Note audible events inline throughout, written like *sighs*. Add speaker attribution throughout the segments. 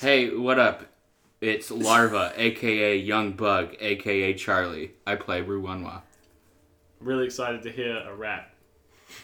Speaker 1: Hey, what up? It's Larva, aka Young Bug, aka Charlie. I play Ruwanwa.
Speaker 2: Really excited to hear a rap.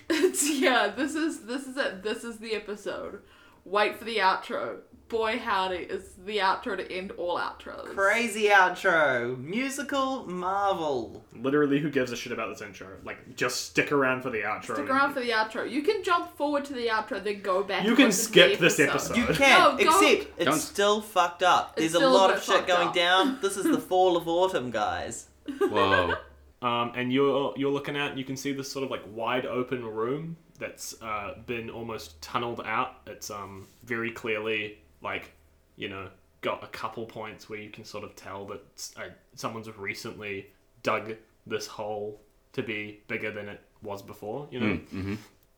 Speaker 3: It's, yeah, this is this is it. This is the episode. Wait for the outro. Boy howdy, it's the outro to end all outros.
Speaker 4: Crazy outro. Musical marvel.
Speaker 2: Literally, who gives a shit about this intro? Like, just stick around for the outro.
Speaker 3: Stick around for the outro. You can jump forward to the outro, then go back.
Speaker 2: You
Speaker 3: and
Speaker 2: can
Speaker 3: listen to
Speaker 2: skip
Speaker 3: the
Speaker 2: this episode.
Speaker 4: You can,
Speaker 3: No, don't.
Speaker 4: except it's
Speaker 1: Don't.
Speaker 4: still fucked up.
Speaker 3: It's
Speaker 4: There's a
Speaker 3: still a
Speaker 4: lot
Speaker 3: bit
Speaker 4: of shit
Speaker 3: fucked
Speaker 4: going
Speaker 3: up.
Speaker 4: down.
Speaker 3: *laughs*
Speaker 4: This is the fall of autumn, guys. *laughs*
Speaker 1: Whoa.
Speaker 2: Um, and you're you're looking out. You can see this sort of like wide open room that's uh, been almost tunneled out. It's um very clearly like you know got a couple points where you can sort of tell that s- uh, someone's recently dug this hole to be bigger than it was before. You know,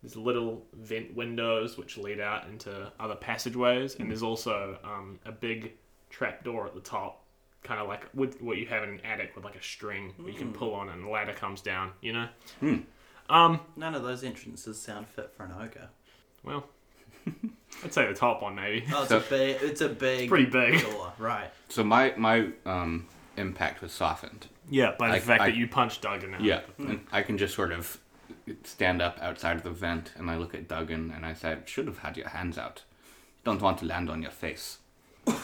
Speaker 2: there's little vent windows which lead out into other passageways, and there's also um, a big trapdoor at the top, kind of like with what you have in an attic with like a string where you can pull on, and a ladder comes down. You know. Um.
Speaker 4: None of those entrances sound fit for an ogre.
Speaker 2: Well, *laughs* I'd say the top one maybe.
Speaker 4: Oh, it's
Speaker 1: So-
Speaker 4: a big, it's a big,
Speaker 2: pretty big.
Speaker 4: door, right?
Speaker 1: so my my um impact was softened.
Speaker 2: Yeah, by the
Speaker 1: I-
Speaker 2: fact
Speaker 1: I-
Speaker 2: that you punched Doug
Speaker 4: Oh.
Speaker 2: in it.
Speaker 1: Yeah.
Speaker 4: Hmm.
Speaker 1: And I can just sort of stand up outside of the vent and I look at Duggan and I say, should have had your hands out. Don't want to land on your face.
Speaker 4: Oh,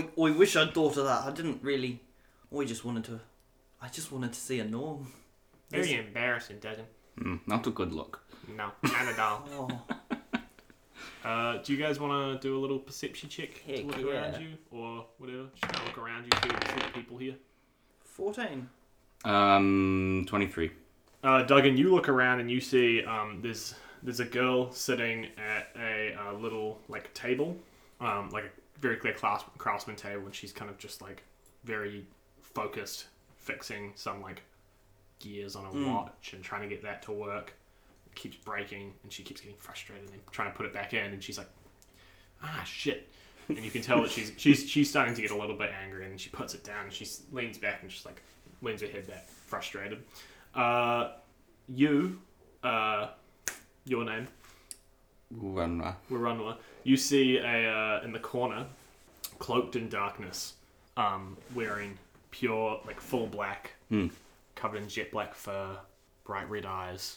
Speaker 4: I- oh, I wish I'd thought of that. I didn't really. Oh, I just wanted to. I just wanted to see a norm.
Speaker 2: Very embarrassing, Duggan.
Speaker 1: Mm, not a good look.
Speaker 2: No, not at *laughs* all.
Speaker 4: Oh,
Speaker 2: Uh, do you guys want to do a little perception check to
Speaker 4: Heck
Speaker 2: look
Speaker 4: yeah.
Speaker 2: around you or whatever? Just kind of look around you, see what sort of people here.
Speaker 4: 14.
Speaker 1: Um, 23.
Speaker 2: Uh, Duggan, you look around and you see um, there's there's a girl sitting at a uh, little like table, um, like a very clear class, craftsman table, and she's kind of just like very focused, fixing some like gears on a watch and trying to get that to work. It keeps breaking, and she keeps getting frustrated and trying to put it back in, and she's like, ah shit. And you can tell that she's she's she's starting to get a little bit angry, and she puts it down. And she s- leans back and she's like, leans her head back, frustrated. Uh, you, uh, your name,
Speaker 1: Ruwanwa.
Speaker 2: Warunwa, you see a, uh, in the corner, cloaked in darkness, um, wearing pure, like, full black, covered in jet black fur, bright red eyes,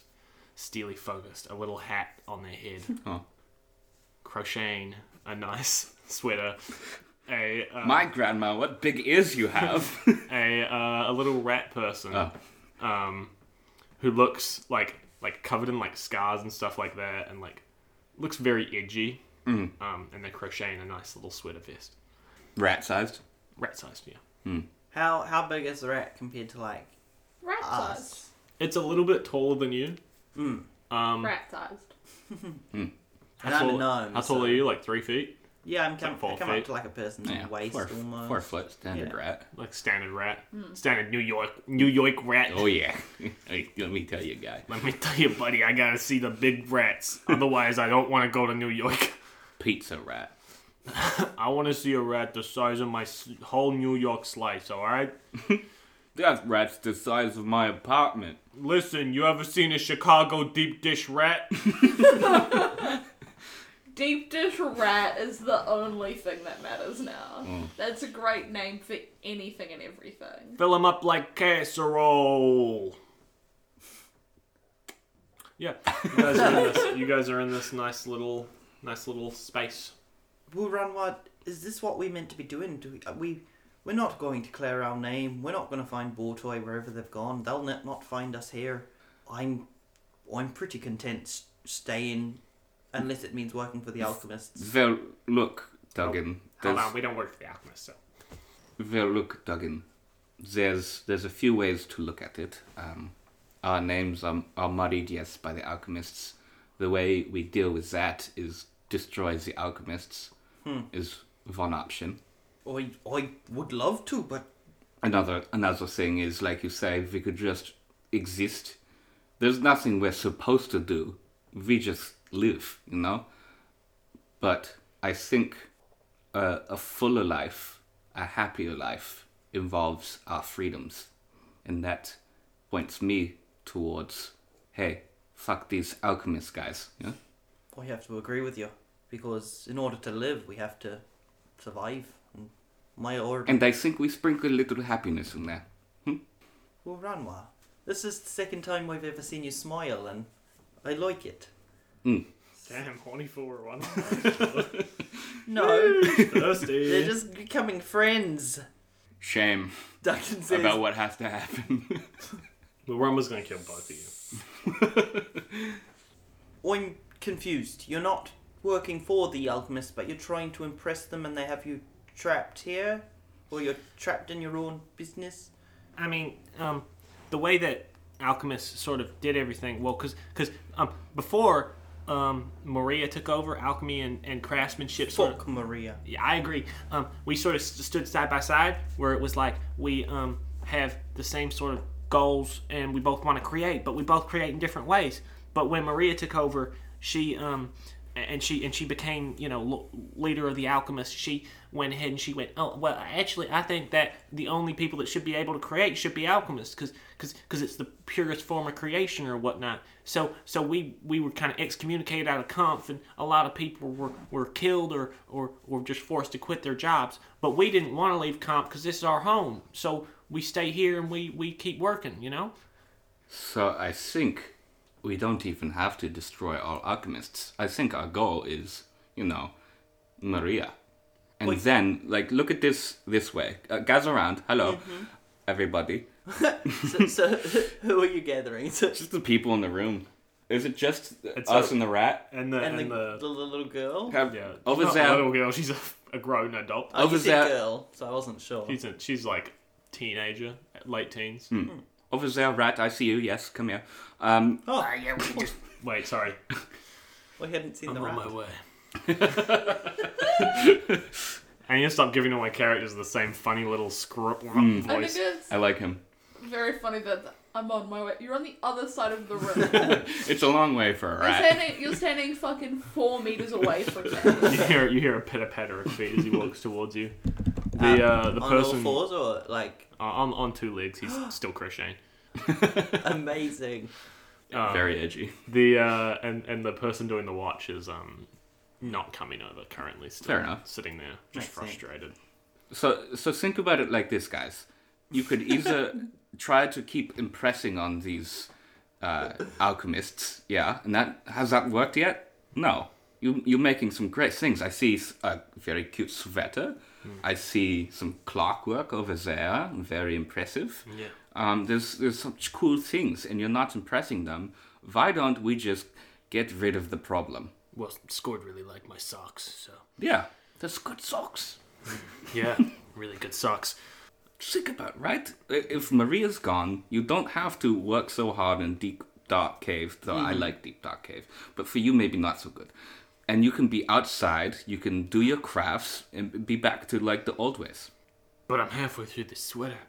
Speaker 2: steely focused, a little hat on their head,
Speaker 1: Oh.
Speaker 2: crocheting a nice *laughs* sweater, a, uh,
Speaker 1: My grandma, what big ears you have.
Speaker 4: *laughs*
Speaker 2: a, uh, a little rat person.
Speaker 1: oh.
Speaker 2: um, who looks like like covered in like scars and stuff like that, and like looks very edgy.
Speaker 1: Mm.
Speaker 2: Um, and they're crocheting a nice little sweater vest,
Speaker 1: Rat sized.
Speaker 2: rat sized. Yeah,
Speaker 4: How how big is the rat compared to like
Speaker 3: Rat sized.
Speaker 4: us?
Speaker 2: it's a little bit taller than you. Um,
Speaker 3: Rat sized.
Speaker 4: And I'm a gnome.
Speaker 2: How tall
Speaker 4: so-
Speaker 2: are you? Like three feet,
Speaker 4: Yeah, I'm com-
Speaker 2: Like four
Speaker 4: I come up
Speaker 2: feet?
Speaker 4: to like a person's
Speaker 1: Yeah.
Speaker 4: waist
Speaker 1: four,
Speaker 4: almost.
Speaker 1: four foot standard
Speaker 4: Yeah.
Speaker 1: rat.
Speaker 2: like standard rat, standard New York New York rat.
Speaker 1: Oh yeah. *laughs* Hey, Let me tell you, guy.
Speaker 2: Let me tell you, buddy, I gotta see the big
Speaker 1: *laughs*
Speaker 2: rats. Otherwise, I don't want to go to New York.
Speaker 1: Pizza rat.
Speaker 2: I want to see a rat the size of my s- whole New York slice. All right.
Speaker 1: That rat's the size of my apartment.
Speaker 2: Listen, you ever seen a Chicago deep dish rat? *laughs*
Speaker 3: Deep dish rat is the only thing that matters now.
Speaker 2: Mm.
Speaker 3: That's a great name for anything and everything.
Speaker 2: Fill 'em up like casserole. Yeah, you guys are in
Speaker 4: *laughs*
Speaker 2: this. You guys are in this nice little, nice little space.
Speaker 4: We'll run what? Is this what we meant to be doing? Do we, are we we're not going to clear our name. We're not going to find Bortoy wherever they've gone. They'll not, not find us here. I'm I'm pretty content s- staying, unless it means working for the alchemists.
Speaker 1: Well, look, Duggan.
Speaker 2: Hold
Speaker 1: there's-
Speaker 2: on, we don't work for the alchemist, so
Speaker 1: Well, look, Duggan. There's there's a few ways to look at it. Um, our names are, are muddied, yes, by the alchemists. The way we deal with that is destroy the alchemists. Is one option.
Speaker 4: I I would love to, but
Speaker 1: another another thing is like you say we could just exist there's nothing we're supposed to do we just live you know but i think a, a fuller life a happier life involves our freedoms and that points me towards hey fuck these alchemist guys yeah
Speaker 4: I have to agree with you because in order to live, we have to survive. And my order.
Speaker 1: And I think we sprinkle a little happiness in there.
Speaker 4: Well, Ranwa, this is the second time I've ever seen you smile, and I like it.
Speaker 2: Damn, horny for one. *laughs*
Speaker 4: No,
Speaker 2: Thirsty.
Speaker 4: they're just becoming friends.
Speaker 1: Shame
Speaker 4: Duncan says,
Speaker 1: about what has to happen.
Speaker 2: The worm was gonna kill both of you.
Speaker 4: I'm confused. You're not working for the alchemists, but you're trying to impress them, and they have you trapped here? Or you're trapped in your own business?
Speaker 2: I mean, um, the way that Alchemist sort of did everything, well, because um, before um, Maria took over, alchemy and, and craftsmanship sort of *laughs*
Speaker 4: Fuck Maria.
Speaker 2: Yeah, I agree. Um, we sort of st- stood side by side, where it was like we um, have the same sort of goals, and we both want to create, but we both create in different ways. But when Maria took over, she um, a- and she and she became, you know, l- leader of the alchemists. She went ahead and she went, oh well, actually, I think that the only people that should be able to create should be alchemists, because because it's the purest form of creation or whatnot. So so we we were kind of excommunicated out of conf, and a lot of people were, were killed or, or or just forced to quit their jobs. But we didn't want to leave comp because this is our home. So we stay here and we we keep working. You know.
Speaker 1: so I think we don't even have to destroy all alchemists. I think our goal is, you know, Maria. And then, like, look at this this way. Uh, gather around. Hello,
Speaker 2: Mm-hmm.
Speaker 1: everybody.
Speaker 4: so, so *laughs* who are you gathering? So,
Speaker 1: Just the people in the room. Is it just
Speaker 2: It's
Speaker 1: us
Speaker 2: a-
Speaker 1: and the rat?
Speaker 2: And uh, the
Speaker 4: and the, the, little girl?
Speaker 1: Have- over there.
Speaker 2: girl. She's a, a grown adult.
Speaker 4: Oh, you
Speaker 1: Over
Speaker 4: said
Speaker 1: there.
Speaker 4: girl, so I wasn't sure.
Speaker 2: a, she's like teenager, late teens.
Speaker 1: Hmm. Over there, rat. I see you. Yes, come here. Um,
Speaker 4: Oh,
Speaker 2: Ah,
Speaker 4: *laughs*
Speaker 2: Wait, sorry.
Speaker 4: I hadn't seen the
Speaker 2: I'm
Speaker 4: rat.
Speaker 2: on my way. I need to stop giving all my characters the same funny little script
Speaker 1: Hmm.
Speaker 3: I
Speaker 2: voice.
Speaker 3: think it's
Speaker 1: I like him.
Speaker 3: very funny that I'm on my way. You're on the other side of the
Speaker 2: *laughs*
Speaker 3: room. You're
Speaker 1: It's a long way for a rat.
Speaker 3: standing. You're standing fucking four meters away from me.
Speaker 2: you hear you hear a pitter patter of feet as he walks towards you. The uh, the
Speaker 4: On
Speaker 2: person uh,
Speaker 4: all fours or
Speaker 2: *laughs*
Speaker 4: like
Speaker 2: on on two legs, *gasps* he's still crocheting.
Speaker 4: amazing.
Speaker 2: Um,
Speaker 1: Very edgy.
Speaker 2: The uh, and and the person doing the watch is um not coming over currently. Still
Speaker 1: Fair enough.
Speaker 2: Sitting there, just
Speaker 4: Makes sense.
Speaker 2: frustrated.
Speaker 1: So so think about it like this, guys. You could either try to keep impressing on these uh, alchemists, yeah, and that has that worked yet? No. You you're making some great things. I see s- a very cute sweater. I see some clockwork over there, very impressive.
Speaker 2: Yeah.
Speaker 1: Um, there's there's such cool things, and you're not impressing them. Why don't we just get rid of the problem?
Speaker 2: Well, scored really liked my socks, so
Speaker 1: Yeah, there's good socks.
Speaker 2: yeah, *laughs* really good socks.
Speaker 1: think about right I- if maria's gone you don't have to work so hard in deep dark cave though i like deep dark cave but for you maybe not so good and you can be outside you can do your crafts and be back to like the old ways
Speaker 2: But I'm halfway through this sweater.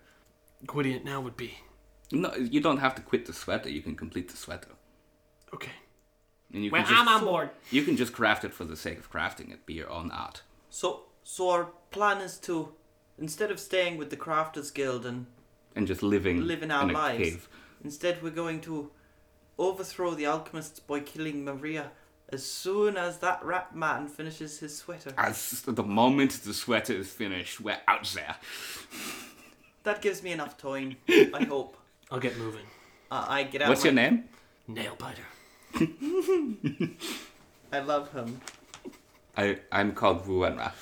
Speaker 2: Quitting it now would be
Speaker 1: no you don't have to quit the sweater you can complete the sweater
Speaker 2: okay.
Speaker 1: and you
Speaker 2: Well,
Speaker 1: can just,
Speaker 2: I'm on board.
Speaker 1: you can just craft it for the sake of crafting it be your own art
Speaker 4: So so our plan is to instead of staying with the crafters guild and
Speaker 1: and just living
Speaker 4: living our
Speaker 1: in a
Speaker 4: lives,
Speaker 1: cave
Speaker 4: instead we're going to overthrow the alchemists by killing Maria as soon as that rat man finishes his sweater.
Speaker 1: as the moment the sweater is finished we're out there
Speaker 4: That gives me enough time.
Speaker 1: *laughs*
Speaker 4: I hope. Uh,
Speaker 2: I'll get moving.
Speaker 4: I I get out.
Speaker 1: what's
Speaker 4: my-
Speaker 1: your name
Speaker 2: Nail biter.
Speaker 4: I love him.
Speaker 1: I, i'm called ruanra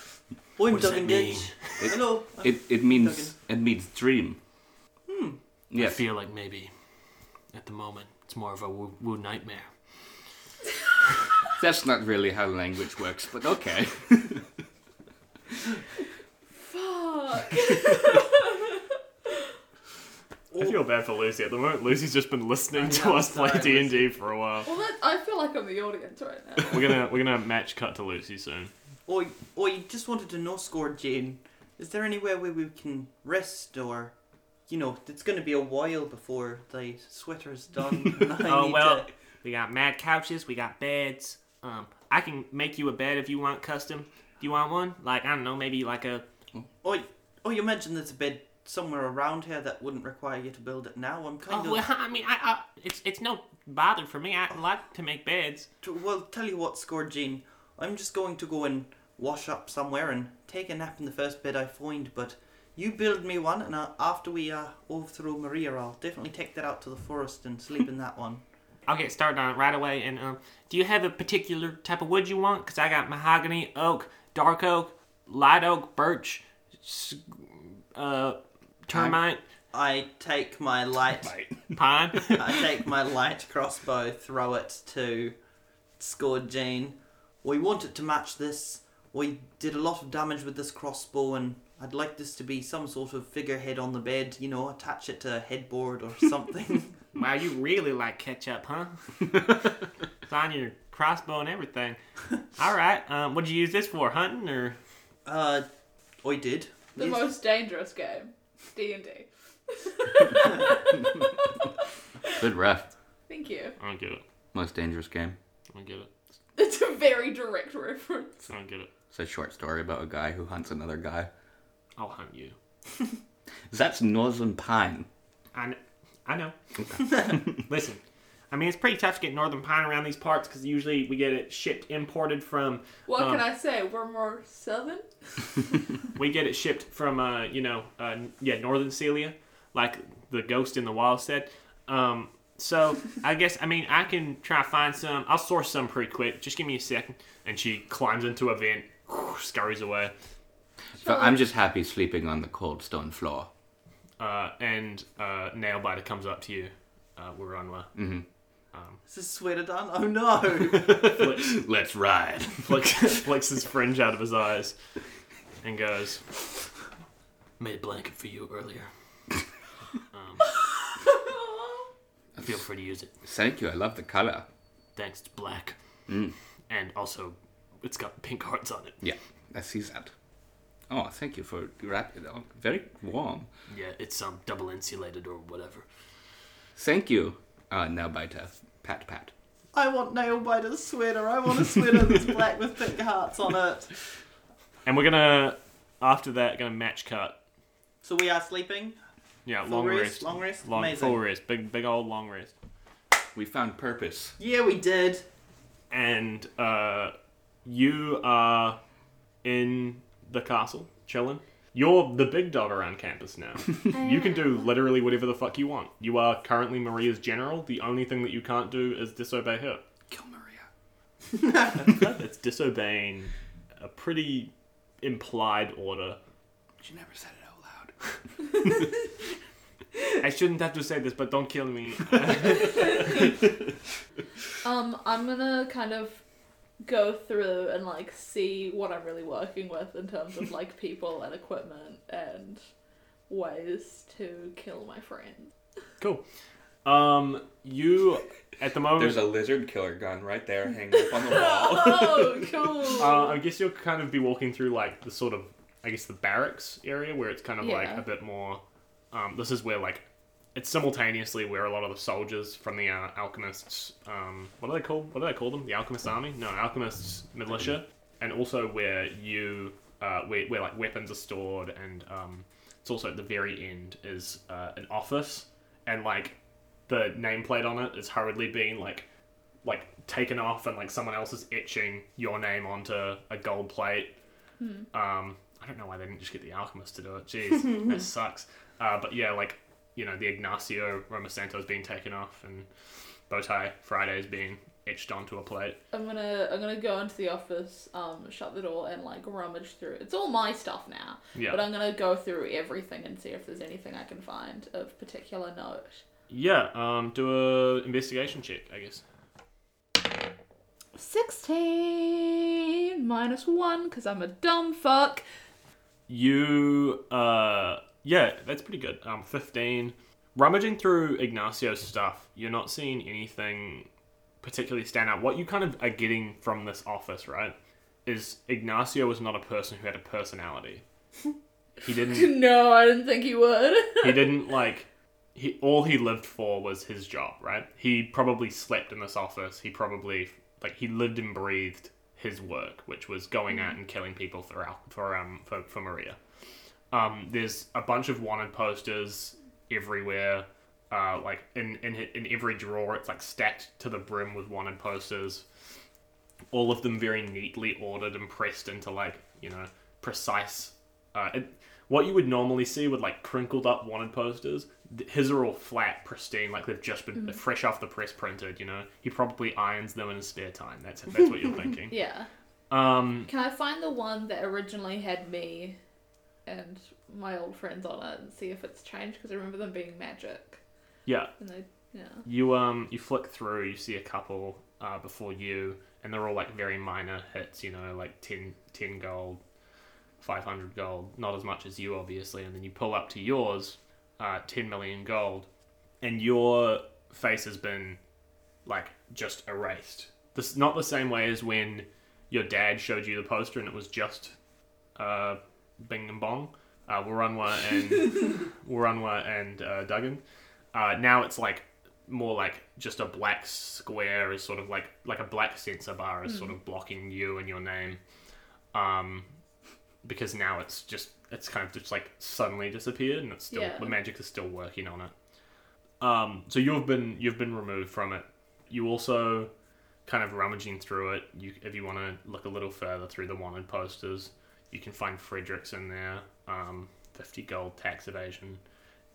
Speaker 4: Boy,
Speaker 2: What does that
Speaker 4: Duggan
Speaker 2: mean?
Speaker 4: Ditch.
Speaker 1: It-
Speaker 4: Hello.
Speaker 1: It it means it means dream. Hmm.
Speaker 2: I
Speaker 1: Yes.
Speaker 2: feel like maybe at the moment it's more of a woo, woo nightmare.
Speaker 1: That's not really how language works, but okay.
Speaker 3: Fuck.
Speaker 2: I feel bad for Lucy at the moment. Lucy's just been listening to
Speaker 4: know,
Speaker 2: us play
Speaker 4: sorry,
Speaker 2: D and D
Speaker 4: Lucy.
Speaker 2: for a while.
Speaker 3: Well, that, I feel like I'm the audience right now.
Speaker 2: We're gonna we're gonna match cut to Lucy soon.
Speaker 4: Oi, oi, just wanted to know, score Jane. Is there anywhere where we can rest or, you know, it's going to be a while before the sweater's done. *laughs* and I
Speaker 2: Oh
Speaker 4: need
Speaker 2: well,
Speaker 4: to-
Speaker 2: we got mad couches, we got beds. Um, I can make you a bed if you want custom. Do you want one? Like I don't know, maybe like a
Speaker 4: Oi, oi, you mentioned there's a bed somewhere around here that wouldn't require you to build it now. I'm kind
Speaker 2: Oh, well,
Speaker 4: of.
Speaker 5: *laughs*
Speaker 2: I mean, I, I it's it's no bother for me. I like to make beds.
Speaker 4: T- Well, tell you what, score Jane. I'm just going to go and wash up somewhere and take a nap in the first bed I find, but you build me one, and uh, after we uh, overthrow Maria, I'll definitely take that out to the forest and sleep in that one.
Speaker 5: I'll get started on it right away. And um, do you have a particular type of wood you want? Because I got mahogany, oak, dark oak, light oak, birch, s- uh, termite,
Speaker 4: I take my light.
Speaker 5: pine. *laughs*
Speaker 4: I take my light crossbow, throw it to Scored Jean. We want it to match this. We did a lot of damage with this crossbow, and I'd like this to be some sort of figurehead on the bed. You know, attach it to a
Speaker 1: *laughs*
Speaker 4: headboard or something.
Speaker 5: wow, you really like ketchup, *laughs* huh? it's on your crossbow and everything. All right. Um, what'd you use this for? Hunting or?
Speaker 4: uh, I did.
Speaker 3: The
Speaker 4: Yes.
Speaker 3: most dangerous game, D and D.
Speaker 1: Good ref.
Speaker 3: Thank you. *laughs*
Speaker 5: I don't get it.
Speaker 1: Most dangerous game.
Speaker 5: I don't get it.
Speaker 3: It's a very direct reference.
Speaker 5: I don't get it.
Speaker 1: It's a short story about a guy who hunts another guy.
Speaker 5: I'll hunt you.
Speaker 1: That's Northern Pine.
Speaker 5: I, kn- I know. Listen, I mean, it's pretty tough to get northern pine around these parts because usually we get it shipped imported from.
Speaker 3: What
Speaker 5: um,
Speaker 1: Oh.
Speaker 3: can I say? We're more southern.
Speaker 5: We get it shipped from, uh, you know, uh, n- yeah, northern Celia, like the ghost in the wall said. Um, so I guess I mean I can try to find some. I'll source some pretty quick. Just give me a second. And she climbs into a vent, scurries away,
Speaker 1: But I'm just happy sleeping on the cold stone floor.
Speaker 5: uh, and uh, Nailbiter comes up to you. Uh, we're on one.
Speaker 4: Is this sweater done? Oh
Speaker 1: *laughs*
Speaker 4: no!
Speaker 1: *laughs*
Speaker 5: Flicks,
Speaker 1: Let's ride.
Speaker 5: flicks, flicks his fringe out of his eyes, and goes. Made a blanket for you *laughs* earlier. Um, Feel free to use it.
Speaker 1: Thank you. I love the color.
Speaker 5: Thanks, it's black. And also, it's got pink hearts on it.
Speaker 1: Yeah, I see that. Oh, thank you for wrapping it. Oh, very warm.
Speaker 5: Yeah, it's um double insulated or whatever.
Speaker 1: Thank you. Uh, now biter. Pat, pat.
Speaker 4: I want nail biter's sweater. I want a sweater that's black with pink hearts on it.
Speaker 5: And we're gonna after that gonna match cut.
Speaker 4: So we are sleeping.
Speaker 5: Yeah,
Speaker 4: Full
Speaker 5: long
Speaker 4: rest,
Speaker 5: rest,
Speaker 4: long rest?
Speaker 5: long
Speaker 4: Amazing.
Speaker 5: full rest, big big old long rest.
Speaker 1: We found purpose.
Speaker 4: Yeah, we did.
Speaker 5: And uh, you are in the castle chilling. You're the big dog around campus now. you can do literally whatever the fuck you want. You are currently Maria's general. The only thing that you can't do is disobey her.
Speaker 1: Kill Maria.
Speaker 5: *laughs* That's disobeying a pretty implied order.
Speaker 1: She never said it out loud.
Speaker 5: I shouldn't have to say this, but don't kill me.
Speaker 3: Um, I'm gonna kind of go through and like see what I'm really working with in terms
Speaker 1: *laughs*
Speaker 3: of like people and equipment and ways to kill my friends.
Speaker 5: cool. Um, you at the moment.
Speaker 1: There's a lizard killer gun right there hanging up on the wall.
Speaker 3: *laughs* Oh, cool.
Speaker 5: uh, I guess you'll kind of be walking through like the sort of, I guess the barracks area where it's kind of like
Speaker 3: Yeah.
Speaker 5: a bit more. Um, this is where like it's simultaneously where a lot of the soldiers from the uh, alchemists, um, what are they called? What do they call them? The alchemist army? No, alchemists militia, and also where you, uh, where, where like weapons are stored, and um, it's also at the very end is uh, an office, and like the nameplate on it is hurriedly being like like taken off and like someone else is etching your name onto a gold plate. Um, I don't know why they didn't just get the alchemist to do it. Jeez, that sucks. Uh, but yeah, like you know, the Ignacio Romasanto is being taken off, and Bowtie Friday is being etched onto a plate.
Speaker 3: I'm gonna I'm gonna go into the office, um, shut the door and like rummage through. It's all my stuff now.
Speaker 5: Yeah.
Speaker 3: But I'm gonna go through everything and see if there's anything I can find of particular note.
Speaker 5: Yeah, um, do a investigation check, I guess.
Speaker 3: Sixteen minus one, cause I'm a dumb fuck. *laughs*
Speaker 5: You, uh, yeah, that's pretty good. Um, 15. Rummaging through Ignacio's stuff, you're not seeing anything particularly stand out. What you kind of are getting from this office, right, is Ignacio was not a person who had a personality. He didn't,
Speaker 3: No, I didn't think he would. *laughs*
Speaker 5: he didn't like, he, all he lived for was his job, right? He probably slept in this office. He probably, like, he lived and breathed his work, which was going out and killing people for, Al- for, um, for, for Maria. Um, there's a bunch of wanted posters everywhere. Uh, like in, in in every drawer, it's like stacked to the brim with wanted posters. all of them very neatly ordered and pressed into like you know precise. Uh, it, what you would normally see with like crinkled up wanted posters, th- his are all flat, pristine, like they've just been they're fresh off the press printed. You know, he probably irons them in his spare time. That's that's what you're thinking.
Speaker 3: Yeah.
Speaker 5: Um,
Speaker 3: Can I find the one that originally had me and my old friends on it and see if it's changed? Because I remember them being magic.
Speaker 5: yeah,
Speaker 3: And they, yeah.
Speaker 5: you um you flick through, you see a couple uh, before you, and they're all like very minor hits. You know, like 10, 10 gold, five hundred gold, not as much as you obviously. And then you pull up to yours, uh, ten million gold, and your face has been like just erased. This not the same way as when your dad showed you the poster and it was just uh, Bing and Bong, uh, Waranwa and Waranwa and uh, Duggan. Uh, now it's like more like just a black square is sort of like like a black sensor bar is sort of blocking you and your name, um, because now it's just it's kind of just like suddenly disappeared and it's still
Speaker 3: Yeah.
Speaker 5: the magic is still working on it. Um, so you've been you've been removed from it. You also kind of rummaging through it. You, if you want to look a little further through the wanted posters, you can find Fredericks in there, um, fifty gold tax evasion,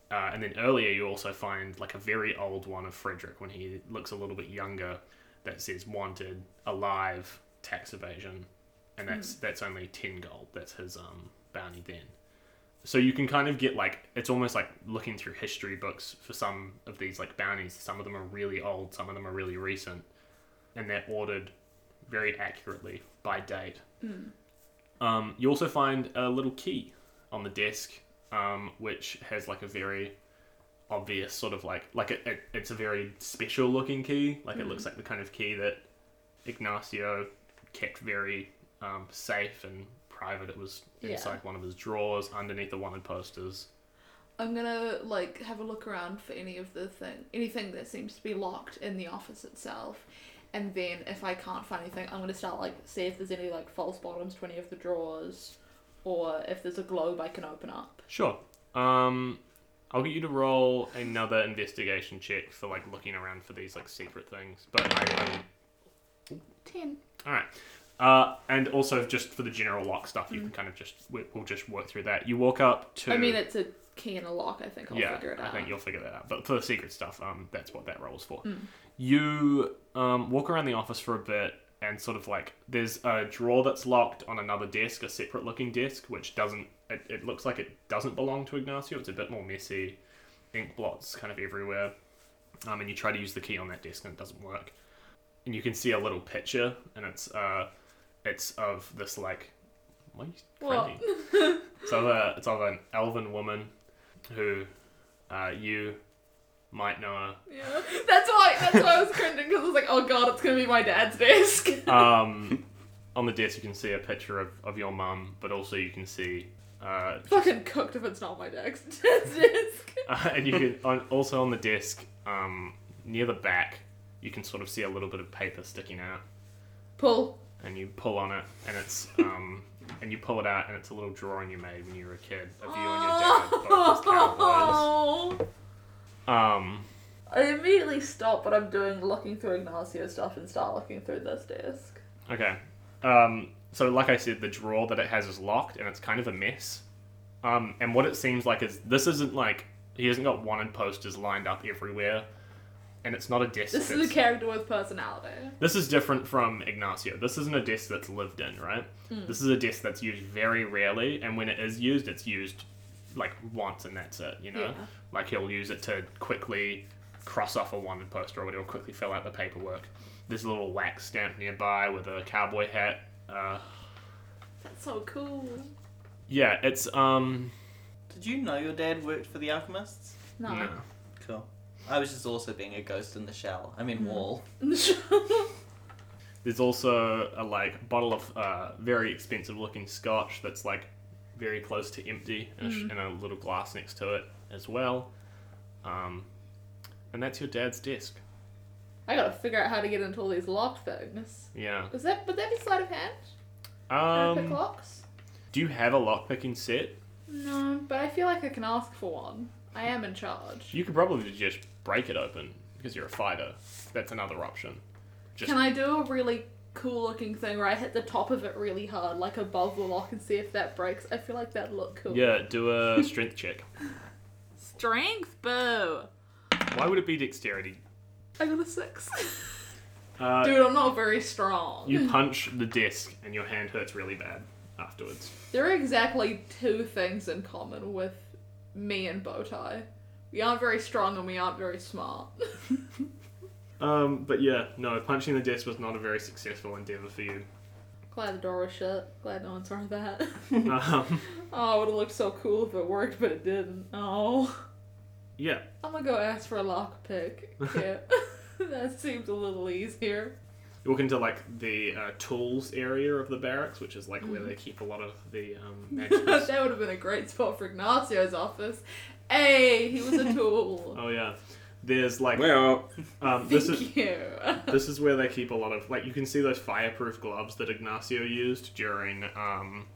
Speaker 5: uh, and then earlier you also find like a very old one of Frederick when he looks a little bit younger, that says wanted, alive, tax evasion, and that's that's only ten gold. That's his um, bounty then. So you can kind of get like it's almost like looking through history books for some of these like bounties. Some of them are really old, some of them are really recent and they're ordered very accurately by date. Um, you also find a little key on the desk, um, which has like a very obvious sort of like like it, it, it's a very special looking key. Like it looks like the kind of key that Ignacio kept very um, safe and private. It was
Speaker 3: Yeah.
Speaker 5: inside one of his drawers, underneath the wanted posters.
Speaker 3: I'm gonna like have a look around for any of the thing, anything that seems to be locked in the office itself, and then if I can't find anything, I'm gonna start like see if there's any like false bottoms to any of the drawers, or if there's a globe I can open up.
Speaker 5: Sure. Um, I'll get you to roll another investigation check for like looking around for these like secret things. But I will
Speaker 3: Ten.
Speaker 5: All right. Uh, and also just for the general lock stuff, you can kind of just we- we'll just work through that. You walk up to.
Speaker 3: Mm-hmm. I mean, it's a key and a lock. I think I'll
Speaker 5: yeah,
Speaker 3: figure it out. Hmm.
Speaker 5: I think you'll figure that out. But for the secret stuff, um, that's what that role's for. You um, walk around the office for a bit and sort of like there's a drawer that's locked on another desk, a separate looking desk, which doesn't. It, it looks like it doesn't belong to Ignacio. It's a bit more messy, ink blots kind of everywhere. Um, and you try to use the key on that desk and it doesn't work. And you can see a little picture, and it's uh, it's of this like, what? Are you
Speaker 3: What?
Speaker 5: cringing? it's of a it's of an elven woman, who, uh, you, might know her.
Speaker 3: Yeah. *laughs* That's why. That's why I was cringing because I was like, oh god, it's gonna be my dad's
Speaker 5: *laughs*
Speaker 3: desk.
Speaker 5: Um, on the desk, you can see a picture of, of your mum, but also you can see, uh, *laughs*
Speaker 3: Fucking cooked if it's not my dad's *laughs* dad's desk.
Speaker 5: and you can on, also on the desk, um, near the back, you can sort of see a little bit of paper sticking out,
Speaker 3: Pull.
Speaker 5: *laughs* and you pull on it, and it's um, and you pull it out, and it's a little drawing you made when you were a kid of you and your dad both
Speaker 3: *laughs*
Speaker 5: as cowboys.
Speaker 3: Oh.
Speaker 5: Um,
Speaker 3: I immediately stop what I'm doing, looking through Ignacio stuff, and start looking through this desk.
Speaker 5: Okay. Um, so, like I said, the drawer that it has is locked, and it's kind of a mess. Um, and what it seems like is this isn't like he hasn't got wanted posters lined up everywhere, and it's not a desk.
Speaker 3: This is
Speaker 5: that's-
Speaker 3: a character with personality.
Speaker 5: this is different from Ignacio. This isn't a desk that's lived in, right? This is a desk that's used very rarely, and when it is used, it's used like once, and that's it. You know,
Speaker 3: Yeah.
Speaker 5: like he'll use it to quickly cross off a wanted poster or whatever, quickly fill out the paperwork. There's a little wax stamp nearby with a cowboy hat. Uh,
Speaker 3: That's so cool.
Speaker 5: yeah, it's um.
Speaker 4: Did you know your dad worked for the alchemists?
Speaker 3: No.
Speaker 5: no.
Speaker 4: Cool. I was just also being a ghost in the shell. I mean, wall.
Speaker 5: There's also a like bottle of uh, very expensive looking scotch that's like very close to empty, and, a sh- and a little glass next to it as well. Um, and that's your dad's desk.
Speaker 3: *laughs* I gotta figure out how to get into all these lock things.
Speaker 5: Yeah.
Speaker 3: Is that would that be sleight of hand? Can I pick
Speaker 5: Um,
Speaker 3: locks?
Speaker 5: do you have a lockpicking set?
Speaker 3: No, but I feel like I can ask for one. I am in charge.
Speaker 5: You could probably just break it open because you're a fighter. That's another option. Just
Speaker 3: Can I do a really cool looking thing where I hit the top of it really hard, like above the lock, and see if that breaks. I feel like that'd look cool.
Speaker 5: Yeah, do a strength check.
Speaker 3: Strength, boo.
Speaker 5: Why would it be dexterity?
Speaker 3: I got a six.
Speaker 5: Uh,
Speaker 3: Dude, I'm not very strong.
Speaker 5: You punch the desk and your hand hurts really bad afterwards.
Speaker 3: There are exactly two things in common with me and Bowtie. We aren't very strong and we aren't very smart.
Speaker 5: Um, but yeah, no, punching the desk was not a very successful endeavor for you.
Speaker 3: Glad the door was shut. Glad no one saw that.
Speaker 5: Um,
Speaker 3: *laughs* oh, it would have looked so cool if it worked, but it didn't. Oh.
Speaker 5: yeah,
Speaker 3: I'm gonna go ask for a lockpick.
Speaker 5: *laughs*
Speaker 3: Yeah. *laughs* that seems a little easier. *laughs*
Speaker 5: you walk into like the uh, tools area of the barracks, which is like where they keep a lot of the um,
Speaker 3: *laughs*
Speaker 5: magic.
Speaker 3: Mm-hmm. that would have been a great spot for Ignacio's office. Hey, he was a tool.
Speaker 5: oh yeah, there's like
Speaker 1: Well,
Speaker 5: um,
Speaker 3: Thank
Speaker 5: *laughs* this is
Speaker 3: you. *laughs*
Speaker 5: this is where they keep a lot of like you can see those fireproof gloves that Ignacio used during um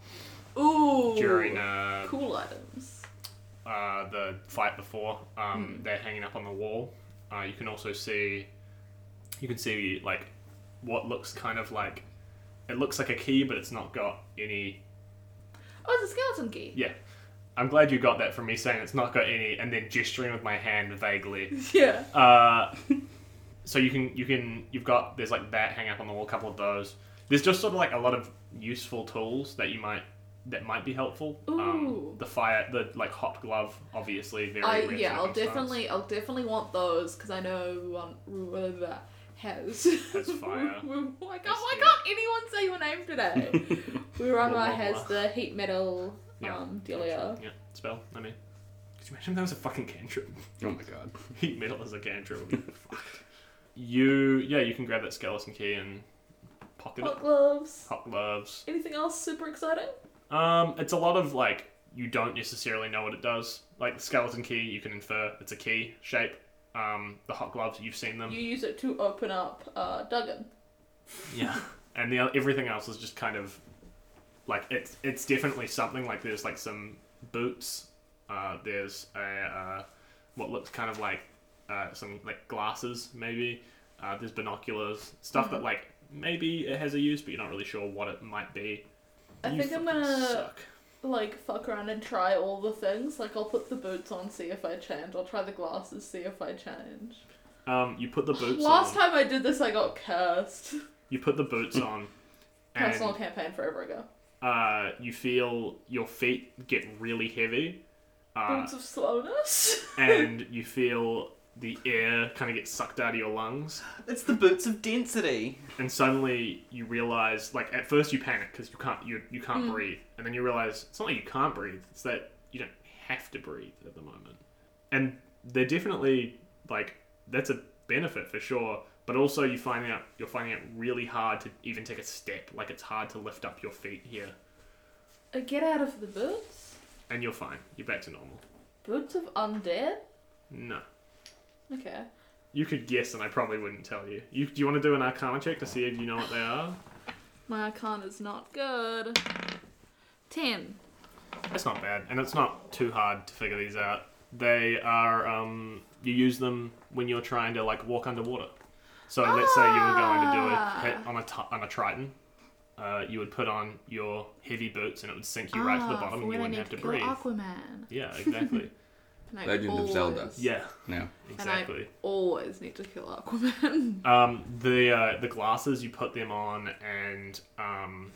Speaker 3: Ooh.
Speaker 5: during uh,
Speaker 3: cool items.
Speaker 5: uh, the fight before.
Speaker 3: Hmm.
Speaker 5: Um, They're hanging up on the wall. Uh, you can also see, you can see like what looks kind of like, it looks like a key, but it's not got any.
Speaker 3: Oh, it's a skeleton key.
Speaker 5: Yeah, I'm glad you got that from me saying it's not got any, and then gesturing with my hand
Speaker 3: *laughs*
Speaker 5: vaguely.
Speaker 3: Yeah.
Speaker 5: Uh,
Speaker 3: *laughs*
Speaker 5: so you can you can you've got there's like that hanging up on the wall, a couple of those. There's just sort of like a lot of useful tools that you might. That might be helpful. Um,
Speaker 3: Ooh.
Speaker 5: the fire, the like hot glove, obviously very.
Speaker 3: I
Speaker 5: rare
Speaker 3: yeah, I'll
Speaker 5: circumstance.
Speaker 3: definitely I'll definitely want those because I know one whoever has *laughs*
Speaker 5: Has fire.
Speaker 3: why can't why
Speaker 5: yeah.
Speaker 3: can't anyone say your name today?
Speaker 5: *laughs*
Speaker 3: Whoever
Speaker 5: Blah, blah,
Speaker 3: has
Speaker 5: blah.
Speaker 3: the heat metal
Speaker 5: Yeah.
Speaker 3: um dealio.
Speaker 5: Yeah, spell. I mean, could you imagine if that was a fucking cantrip? *laughs*
Speaker 1: oh my god.
Speaker 5: Heat metal is a cantrip.
Speaker 3: *laughs*
Speaker 5: would be fucked. You, yeah, you can grab that skeleton key and pocket
Speaker 3: Hot
Speaker 5: it.
Speaker 3: gloves.
Speaker 5: Hot gloves.
Speaker 3: Anything else super exciting?
Speaker 5: Um, it's a lot of like you don't necessarily know what it does. Like the skeleton key, you can infer it's a key shape. Um, the hot gloves, you've seen them.
Speaker 3: You use it to open up uh Duggan.
Speaker 5: Yeah, and the everything else is just kind of like it's it's definitely something. Like there's like some boots. Uh, there's a uh, what looks kind of like uh, some like glasses maybe. Uh, there's binoculars, stuff
Speaker 3: Mm-hmm.
Speaker 5: that like maybe it has a use, but you're not really sure what it might be.
Speaker 3: I
Speaker 5: You
Speaker 3: think I'm
Speaker 5: fucking
Speaker 3: gonna-
Speaker 5: suck.
Speaker 3: Like fuck around and try all the things. Like I'll put the boots on, see if I change. I'll try the glasses, see if I change.
Speaker 5: Um, you put the boots.
Speaker 3: Last
Speaker 5: on.
Speaker 3: time I did this, I got cursed.
Speaker 5: you put the boots on, and
Speaker 3: Personal campaign forever ago.
Speaker 5: uh, you feel your feet get really heavy. Uh,
Speaker 3: Boots of slowness. *laughs*
Speaker 5: and you feel the air kind of gets sucked out of your lungs
Speaker 4: It's the boots of density.
Speaker 5: and suddenly you realize like at first you panic because you can't you, you can't
Speaker 3: Mm.
Speaker 5: breathe and then you realize it's not like you can't breathe it's that you don't have to breathe at the moment and they're definitely like that's a benefit for sure but also you find out you're finding it really hard to even take a step like it's hard to lift up your feet here
Speaker 3: Uh, get out of the boots?
Speaker 5: and you're fine you're back to normal
Speaker 3: Boots of undead?
Speaker 5: no
Speaker 3: Okay.
Speaker 5: you could guess and i probably wouldn't tell you, you do you want to do an arcana check to see if you know what they are
Speaker 3: My arcana's not good. Ten.
Speaker 5: It's not bad, and it's not too hard to figure these out. They are um, you use them when you're trying to like walk underwater. So let's say you were going to do a
Speaker 3: Ah.
Speaker 5: hit on a t- on a triton, uh, you would put on your heavy boots and it would sink you right
Speaker 3: Ah,
Speaker 5: to the bottom, and you wouldn't have to breathe.
Speaker 3: Aquaman.
Speaker 5: Yeah, exactly.
Speaker 3: And I
Speaker 1: Legend of Zelda.
Speaker 5: yeah,
Speaker 1: Yeah.
Speaker 5: exactly.
Speaker 3: Always need to kill Aquaman. *laughs*
Speaker 5: Um, the uh, the glasses you put them on, and um,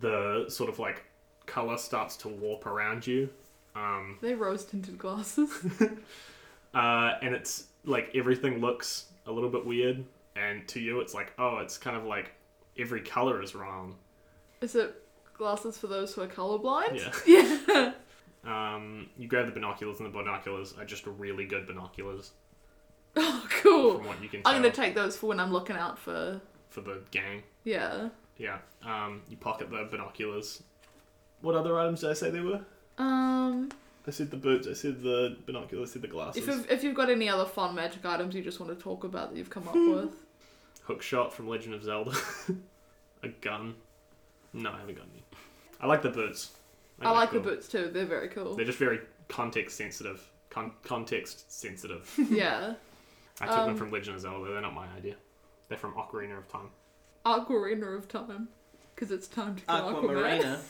Speaker 5: the sort of like color starts to warp around you. Um,
Speaker 3: they rose tinted glasses. *laughs*
Speaker 5: uh, and it's like everything looks a little bit weird, and to you, it's like, oh, it's kind of like every color is wrong.
Speaker 3: Is it glasses for those who are colorblind?
Speaker 5: Yeah.
Speaker 3: Yeah.
Speaker 5: Um, you grab the binoculars, and the binoculars are just really good binoculars,
Speaker 3: *laughs* oh, cool.
Speaker 5: from what you can tell,
Speaker 3: I'm gonna take those for when I'm looking out for.
Speaker 5: for the gang.
Speaker 3: Yeah.
Speaker 5: Yeah. Um, you pocket the binoculars. What other items did I say there were?
Speaker 3: Um,
Speaker 5: I said the boots. I said the binoculars. I said the glasses.
Speaker 3: if you've, if you've got any other fun magic items you just want to talk about that you've come up with,
Speaker 5: Hook shot from Legend of Zelda. *laughs* a gun. No, I haven't got any. I like the boots.
Speaker 3: I like the
Speaker 5: boots.
Speaker 3: boots too. They're very cool.
Speaker 5: *laughs* They're just very context sensitive. Con- context sensitive.
Speaker 3: yeah.
Speaker 5: I took them
Speaker 3: Um,
Speaker 5: from Legend of Zelda. They're not my idea. They're from Ocarina of Time.
Speaker 3: Aquarina of Time. Because it's time to kill Aquaman. *laughs*
Speaker 4: Aquamarina.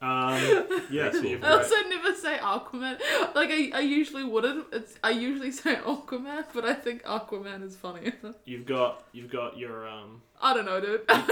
Speaker 5: Um, yeah, so
Speaker 1: Cool.
Speaker 5: you've
Speaker 3: I
Speaker 5: got
Speaker 3: also never say Aquaman. Like I, I usually wouldn't. It's I usually say Aquaman, but I think Aquaman is funnier.
Speaker 5: you've got you've got your um
Speaker 3: I don't know, dude. *laughs*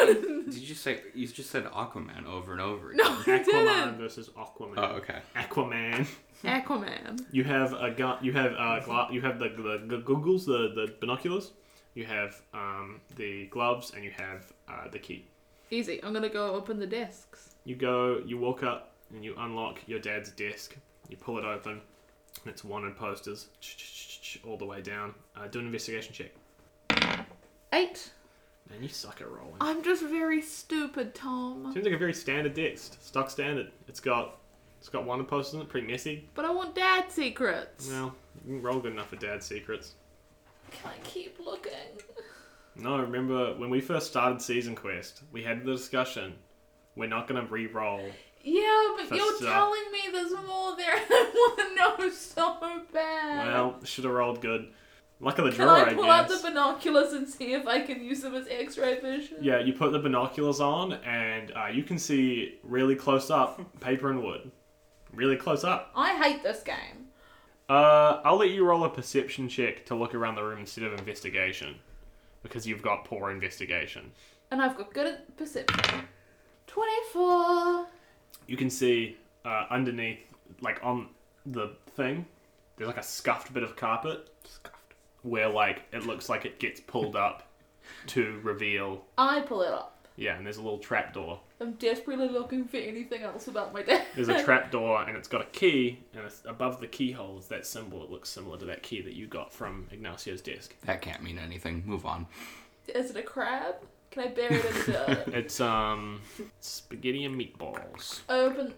Speaker 1: Did you say you just said Aquaman over and over?
Speaker 3: no,
Speaker 1: Again.
Speaker 3: I *laughs*
Speaker 5: Aquaman
Speaker 3: didn't.
Speaker 5: versus Aquaman.
Speaker 1: Oh, okay.
Speaker 5: Aquaman.
Speaker 3: Aquaman.
Speaker 5: You have a gun. You have uh, gla- you have the, the, the googles, the, the binoculars. You have um, the gloves, and you have uh, the key.
Speaker 3: Easy. I'm gonna go open the desks.
Speaker 5: You go. You walk up and you unlock your dad's desk. You pull it open. And it's wanted posters ch-ch-ch-ch-ch, all the way down. Uh, do an investigation check.
Speaker 3: Eight.
Speaker 5: Man, you suck at rolling.
Speaker 3: I'm just very stupid, Tom.
Speaker 5: Seems like a very standard desk. Stock standard. It's got it's got wanted posters in it. Pretty messy.
Speaker 3: But I want dad secrets.
Speaker 5: Well, you can roll good enough for dad's secrets.
Speaker 3: Can I keep looking?
Speaker 5: No, remember when we first started Season Quest, we had the discussion. We're not gonna re-roll.
Speaker 3: Yeah, but
Speaker 5: For
Speaker 3: you're
Speaker 5: stuff.
Speaker 3: telling me there's more there. *laughs* and I want to know so bad.
Speaker 5: Well, should have rolled good. Luck of the
Speaker 3: Uh, Can
Speaker 5: draw,
Speaker 3: I
Speaker 5: I,
Speaker 3: pull out
Speaker 5: guess.
Speaker 3: the binoculars and see if I can use them as X-ray vision?
Speaker 5: yeah, you put the binoculars on, and uh, you can see really close up
Speaker 3: *laughs*
Speaker 5: paper and wood. Really close up.
Speaker 3: I hate this game.
Speaker 5: Uh, I'll let you roll a perception check to look around the room instead of investigation, because you've got poor investigation.
Speaker 3: And I've got good at perception. 24.
Speaker 5: you can see uh, underneath, like on the thing, there's like a scuffed bit of carpet. Scuffed. Where like it looks like it gets pulled up to reveal.
Speaker 3: I pull it up.
Speaker 5: Yeah, and there's a little trap door.
Speaker 3: I'm desperately looking for anything else about my dad. *laughs*
Speaker 5: There's a trap door, and it's got a key, and it's above the keyhole is that symbol. It looks similar to that key that you got from Ignacio's desk.
Speaker 1: That can't mean anything. Move on.
Speaker 3: Is it a crab? Can I bury it in
Speaker 5: *laughs*
Speaker 3: the dirt?
Speaker 5: It's um spaghetti and meatballs.
Speaker 3: I
Speaker 5: *laughs*
Speaker 3: open.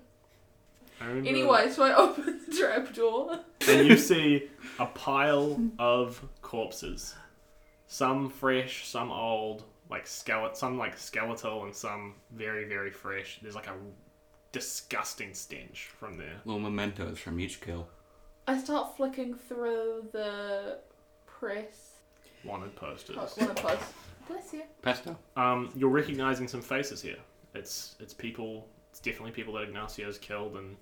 Speaker 5: I remember-
Speaker 3: Anyway, so I *laughs* open the trapdoor.
Speaker 5: and you see a pile of corpses. Some fresh, some old, like skeleton, some like skeletal, and some very, very fresh. There's like a disgusting stench from there.
Speaker 1: Little mementos from each kill.
Speaker 3: I start flicking through the press.
Speaker 5: Wanted
Speaker 3: Oh,
Speaker 5: posters.
Speaker 3: one of those. Bless you.
Speaker 1: Pesto.
Speaker 5: Um, you're recognizing some faces here. It's it's people. It's definitely people that Ignacio's killed, and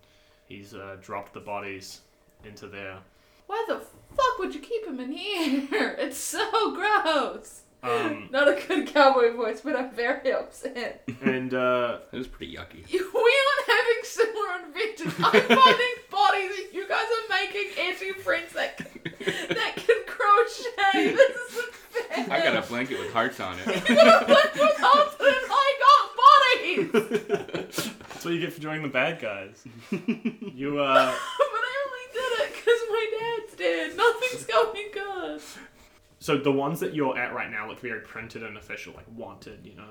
Speaker 5: he's uh, dropped the bodies into there.
Speaker 3: Why the fuck would you keep him in here? *laughs* It's so gross. *laughs*
Speaker 5: Um,
Speaker 3: Not a good cowboy voice, but I'm very upset.
Speaker 5: and uh,
Speaker 1: That was pretty yucky.
Speaker 3: we aren't having similar inventions.
Speaker 1: *laughs*
Speaker 3: I'm finding bodies and you guys are making anti friends that can, that can crochet. This isn't fair.
Speaker 1: I got a blanket with hearts on it.
Speaker 3: *laughs* Look what confidence I got bodies! *laughs*
Speaker 5: that's what you get for joining the bad guys. you uh.
Speaker 3: but I only did it because my dad's dead. Nothing's going good.
Speaker 5: So the ones that you're at right now look very printed and official, like wanted, you know.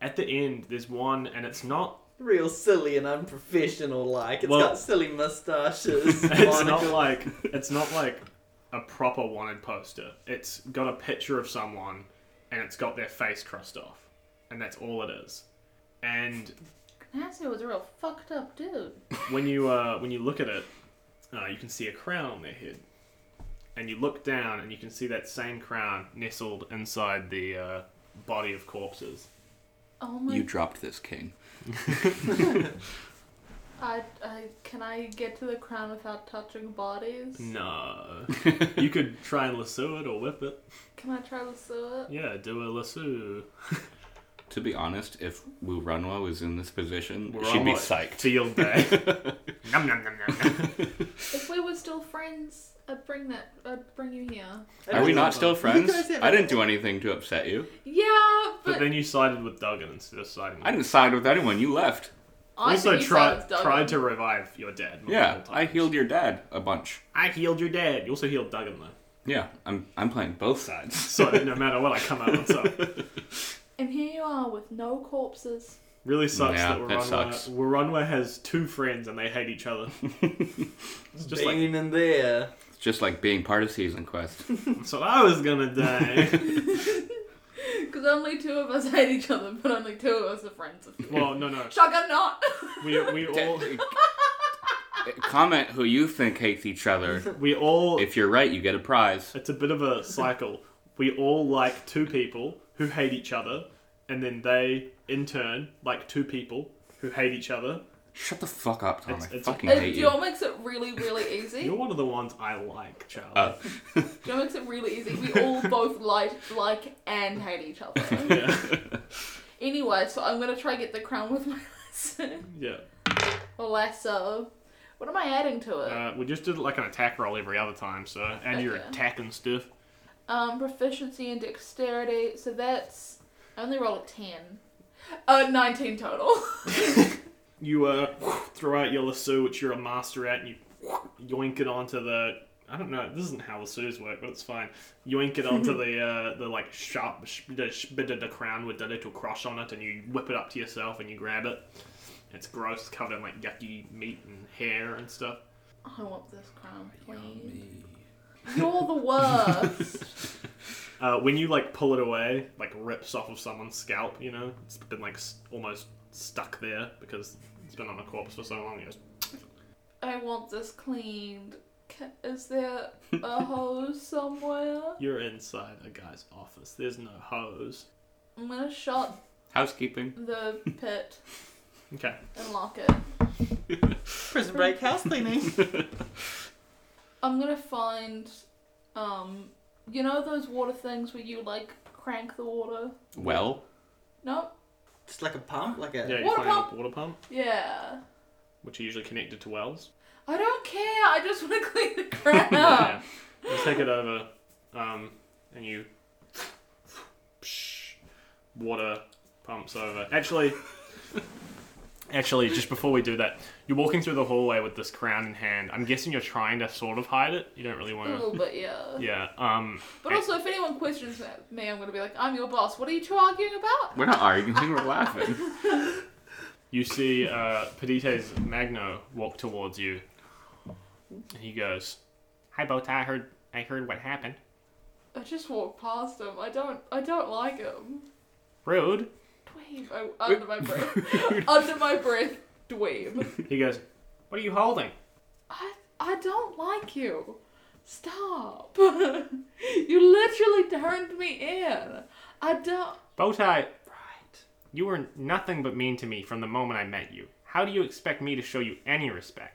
Speaker 5: At the end, there's one, and it's not. *laughs*
Speaker 4: Real silly and unprofessional like. It's
Speaker 5: Well-
Speaker 4: got silly mustaches.
Speaker 5: *laughs* It's not
Speaker 4: monocle.
Speaker 5: like it's not like a proper wanted poster. It's got a picture of someone, and it's got their face crossed off, and that's all it is. And
Speaker 3: Nancy was a real fucked up dude.
Speaker 5: when you uh, when you look at it, uh, you can see a crown on their head, and you look down, and you can see that same crown nestled inside the uh, body of corpses.
Speaker 3: Oh my
Speaker 1: You dropped this *laughs* king.
Speaker 3: I, I can I get to the crown without touching bodies?
Speaker 5: No. you could try and lasso it or whip it.
Speaker 3: Can I try to sew
Speaker 5: *laughs*
Speaker 3: it?
Speaker 5: Yeah, do a lasso.
Speaker 1: To be honest, if Wu Runwa was in this position,
Speaker 5: We're
Speaker 1: she'd be
Speaker 5: almost-
Speaker 1: psyched. *laughs*
Speaker 5: Field day. nom nom nom nom. nom.
Speaker 3: If we were still friends, I'd bring that. I'd bring you here.
Speaker 1: Are we not still friends?
Speaker 4: guys have-
Speaker 1: I didn't do anything to upset you.
Speaker 3: Yeah,
Speaker 5: But
Speaker 3: but,
Speaker 5: then you sided with Duggan instead of siding.
Speaker 1: I
Speaker 5: With
Speaker 1: didn't side with anyone. You left.
Speaker 3: I
Speaker 5: also
Speaker 3: think you
Speaker 5: tried
Speaker 3: sounds dumb.
Speaker 5: tried to revive your dad. multiple
Speaker 1: Yeah, I
Speaker 5: times.
Speaker 1: healed your dad a bunch.
Speaker 5: I healed your dad. You also healed Duggan though.
Speaker 1: Yeah, I'm I'm playing both sides.
Speaker 5: So no matter what, I come out on top.
Speaker 3: And here you are with no *laughs* corpses.
Speaker 1: *laughs*
Speaker 5: Really sucks
Speaker 1: Yeah,
Speaker 5: that
Speaker 1: that
Speaker 5: Warunwa,
Speaker 1: sucks.
Speaker 5: Warunwa has two friends and they hate
Speaker 1: *laughs*
Speaker 5: each other. it's just like
Speaker 4: Being in there.
Speaker 1: It's just like being part of Season
Speaker 5: *laughs*
Speaker 1: Quest.
Speaker 5: that's what I was
Speaker 1: *laughs*
Speaker 5: gonna do.
Speaker 3: Because only two of us hate each other, but only two of us are friends.
Speaker 5: *laughs* well, no, no.
Speaker 3: Shotgun not. *laughs*
Speaker 5: We we all
Speaker 1: Comment who you think hates each other.
Speaker 5: we all
Speaker 1: If you're right, you get a prize.
Speaker 5: It's a bit of a cycle. We all like two people who hate each other, and then they, in turn, like two people who hate each other.
Speaker 1: Shut the fuck up, Tom.
Speaker 5: It's-
Speaker 1: I
Speaker 5: it's-
Speaker 1: fucking
Speaker 3: Uh,
Speaker 1: hate you.
Speaker 3: Dior makes it really,
Speaker 5: *laughs*
Speaker 3: really easy.
Speaker 5: You're one of the ones I like, Charlie.
Speaker 1: Oh.
Speaker 3: Dior makes it really easy. We
Speaker 5: *laughs*
Speaker 3: all both like, like and hate each other.
Speaker 5: yeah,
Speaker 3: anyway, so I'm gonna try get the crown with my *laughs* lasso.
Speaker 5: yeah.
Speaker 3: Or lasso. What am I adding to it?
Speaker 5: Uh, we just did like an attack roll every other time, so and your
Speaker 3: Okay.
Speaker 5: attack and stuff.
Speaker 3: Um, proficiency and dexterity. So that's I only rolled a ten. Uh, nineteen total. *laughs*
Speaker 5: You uh, throw out your lasso, which you're a master at, and you yoink it onto the. I don't know. This isn't how lassos work, but it's fine. Yoink it onto the uh, the like sharp sh- the sh- bit of the crown with the little cross on it, and you whip it up to yourself and you grab it. It's gross, it's covered in like yucky meat and hair and stuff.
Speaker 3: I want this crown, please. You're the worst. *laughs*
Speaker 5: Uh, when you like pull it away, like rips off of someone's scalp, you know, it's been like s- almost stuck there because it's been on a corpse for so long. It just
Speaker 3: I want this cleaned. Ca- Is there a hose somewhere?
Speaker 5: You're inside a guy's office. There's no hose.
Speaker 3: I'm gonna shut
Speaker 1: Housekeeping.
Speaker 3: the pit
Speaker 5: Okay.
Speaker 3: and lock it.
Speaker 4: Prison break house cleaning.
Speaker 3: I'm gonna find, um, you know those water things where you like crank the water?
Speaker 1: Well,
Speaker 3: No?
Speaker 4: *laughs* Just like a pump, like a.
Speaker 5: Yeah, you're
Speaker 3: Water
Speaker 5: finding
Speaker 3: pump.
Speaker 5: a water pump,
Speaker 3: Yeah.
Speaker 5: which are usually connected to wells.
Speaker 3: I don't care. I just want to *laughs* clean the ground.
Speaker 5: Yeah. You take it over, um, and you water pumps over. Actually, actually, just before we do that, you're walking through the hallway with this crown in hand. I'm guessing you're trying to sort of hide it. You don't really
Speaker 3: A
Speaker 5: want to.
Speaker 3: little bit, yeah.
Speaker 5: Yeah. Um.
Speaker 3: But also, if anyone questions me, I'm gonna be like, I'm your boss. What are you two arguing about?
Speaker 1: we're not arguing, we're laughing.
Speaker 5: You see uh, Pedite's Magno walk towards you. And He goes, "Hi, Bota. I heard. I heard what happened.
Speaker 3: I just walked past him. I don't. I don't like him.
Speaker 5: Rude."
Speaker 3: Dweeb. I, under my *laughs* breath. under my breath. Dweeb.
Speaker 5: He goes, "What are you holding?"
Speaker 3: I. I don't like you. Stop. *laughs* you literally turned me in. I don't.
Speaker 5: Bowtie. Right. You were nothing but mean to me from the moment I met you. How do you expect me to show you any respect?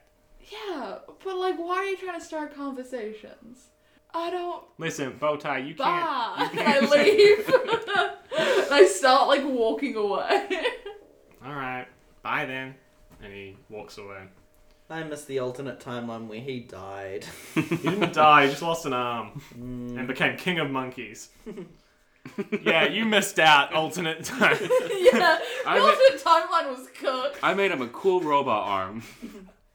Speaker 3: Yeah, but like, why are you trying to start conversations? I don't.
Speaker 5: Listen, Bowtie, you
Speaker 3: *laughs*
Speaker 5: can't.
Speaker 3: Bye. And I leave. and *laughs* I start like walking away. *laughs*
Speaker 5: All right. Bye then. And he walks away.
Speaker 4: I miss the alternate timeline where he died.
Speaker 5: He didn't *laughs* die. He just lost an arm and became king of *laughs* monkeys. yeah, you missed out. Alternate *laughs* time.
Speaker 3: yeah,
Speaker 1: I
Speaker 3: the
Speaker 1: ma-
Speaker 3: alternate timeline was cooked.
Speaker 1: I made him a cool robot arm.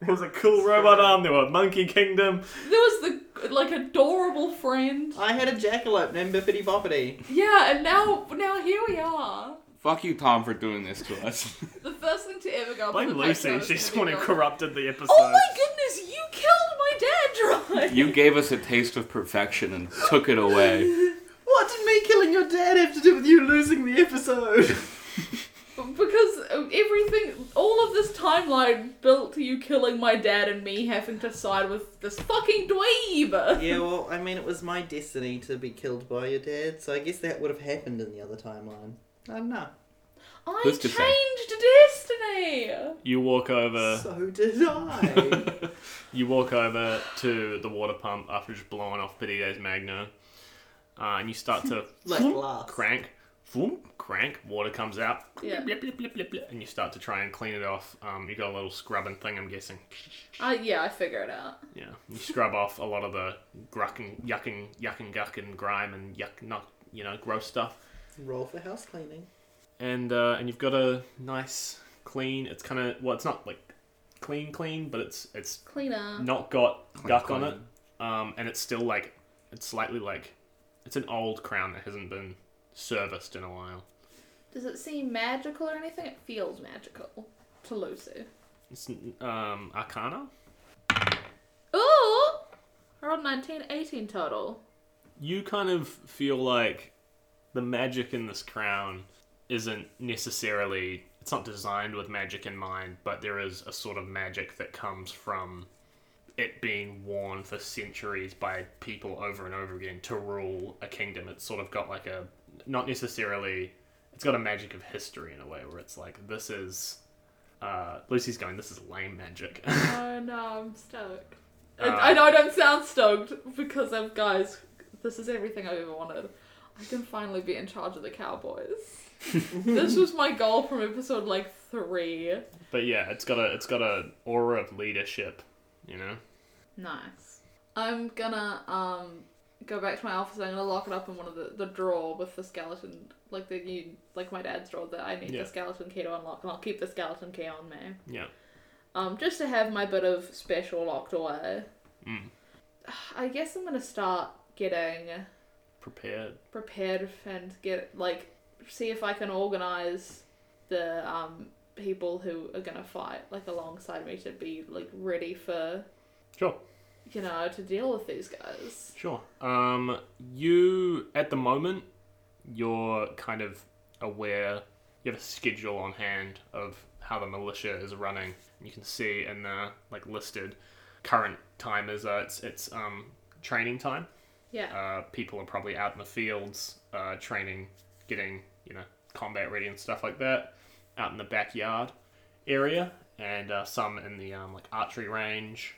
Speaker 5: There was a cool robot arm. There were monkey kingdom.
Speaker 3: There was the like adorable friend.
Speaker 4: I had a jackalope named Bippity Boppity.
Speaker 3: Yeah, and now now here we are.
Speaker 1: Fuck you, Tom, for doing this to us.
Speaker 3: The first thing to ever go. up on
Speaker 5: Blame
Speaker 3: the
Speaker 5: Lucy.
Speaker 3: Patreon is
Speaker 5: She's the
Speaker 3: gonna
Speaker 5: one
Speaker 3: be
Speaker 5: who
Speaker 3: like,
Speaker 5: corrupted the episode.
Speaker 3: Oh my goodness! You killed my dad, right?
Speaker 1: you gave us a taste of perfection and took it away.
Speaker 4: What did me killing your dad have to do with you losing the episode?
Speaker 3: Because uh, everything, all of this timeline built to you killing my dad and me having to side with this fucking dweeb.
Speaker 4: yeah, well, I mean, it was my destiny to be killed by your dad, so I guess that would have happened in the other timeline. I don't know.
Speaker 3: I
Speaker 1: Who's to say?
Speaker 3: changed destiny.
Speaker 5: You walk over.
Speaker 4: So did
Speaker 5: *laughs*
Speaker 4: I.
Speaker 5: You walk over to the water pump after just blowing off Petito's Magno, uh, and you start to
Speaker 4: like last.
Speaker 5: crank, Vroom, crank. Water comes out,
Speaker 3: Yeah.
Speaker 5: blip, blip, blip, blip, blip, and you start to try and clean it off. Um, you got a little scrubbing thing, I'm guessing.
Speaker 3: Uh, yeah, I figure it out.
Speaker 5: Yeah, you scrub *laughs* off a lot of the gruck and yuck and yuck and guck and grime and yuck, not you know, gross stuff.
Speaker 4: Roll for house cleaning.
Speaker 5: and uh, and you've got a nice clean. It's kind of well, it's not like clean clean, but it's it's
Speaker 3: Cleaner.
Speaker 5: not got guck on
Speaker 1: clean.
Speaker 5: it, um, and it's still like it's slightly like it's an old crown that hasn't been serviced in a while.
Speaker 3: Does it seem magical or anything? It feels magical to Lucy.
Speaker 5: It's um, Arcana.
Speaker 3: Ooh! We're on 19, 18 total.
Speaker 5: You kind of feel like the magic in this crown isn't necessarily it's not designed with magic in mind, but there is a sort of magic that comes from it being worn for centuries by people over and over again to rule a kingdom. It's sort of got like a not necessarily it's got a magic of history in a way where it's like this is uh, Lucy's going this is lame magic. *laughs*
Speaker 3: Oh no, I'm stoked. And I know I don't sound stoked because I'm guys. This is everything I've ever wanted. I can finally be in charge of the Cowboys. this was my goal from episode like three.
Speaker 5: but yeah, it's got a it's got a aura of leadership, you know.
Speaker 3: Nice. I'm gonna um go back to my office. I'm gonna lock it up in one of the, the drawer with the skeleton, like the you like my dad's drawer that I need
Speaker 5: Yeah.
Speaker 3: the skeleton key to unlock, and I'll keep the skeleton key on me.
Speaker 5: Yeah.
Speaker 3: Um, just to have my bit of special locked away.
Speaker 5: Mm.
Speaker 3: I guess I'm gonna start getting
Speaker 5: Prepared.
Speaker 3: prepared and get like see if I can organize the um people who are gonna fight like alongside me to be like ready for
Speaker 5: Sure.
Speaker 3: you know to deal with these guys.
Speaker 5: Sure. Um, you at the moment, you're kind of aware. You have a schedule on hand of how the militia is running. You can see in the like listed current time is uh, it's it's um training time.
Speaker 3: Yeah.
Speaker 5: Uh, people are probably out in the fields, uh, training, getting you know combat ready and stuff like that. Out in the backyard area, and uh, some in the um, like archery range.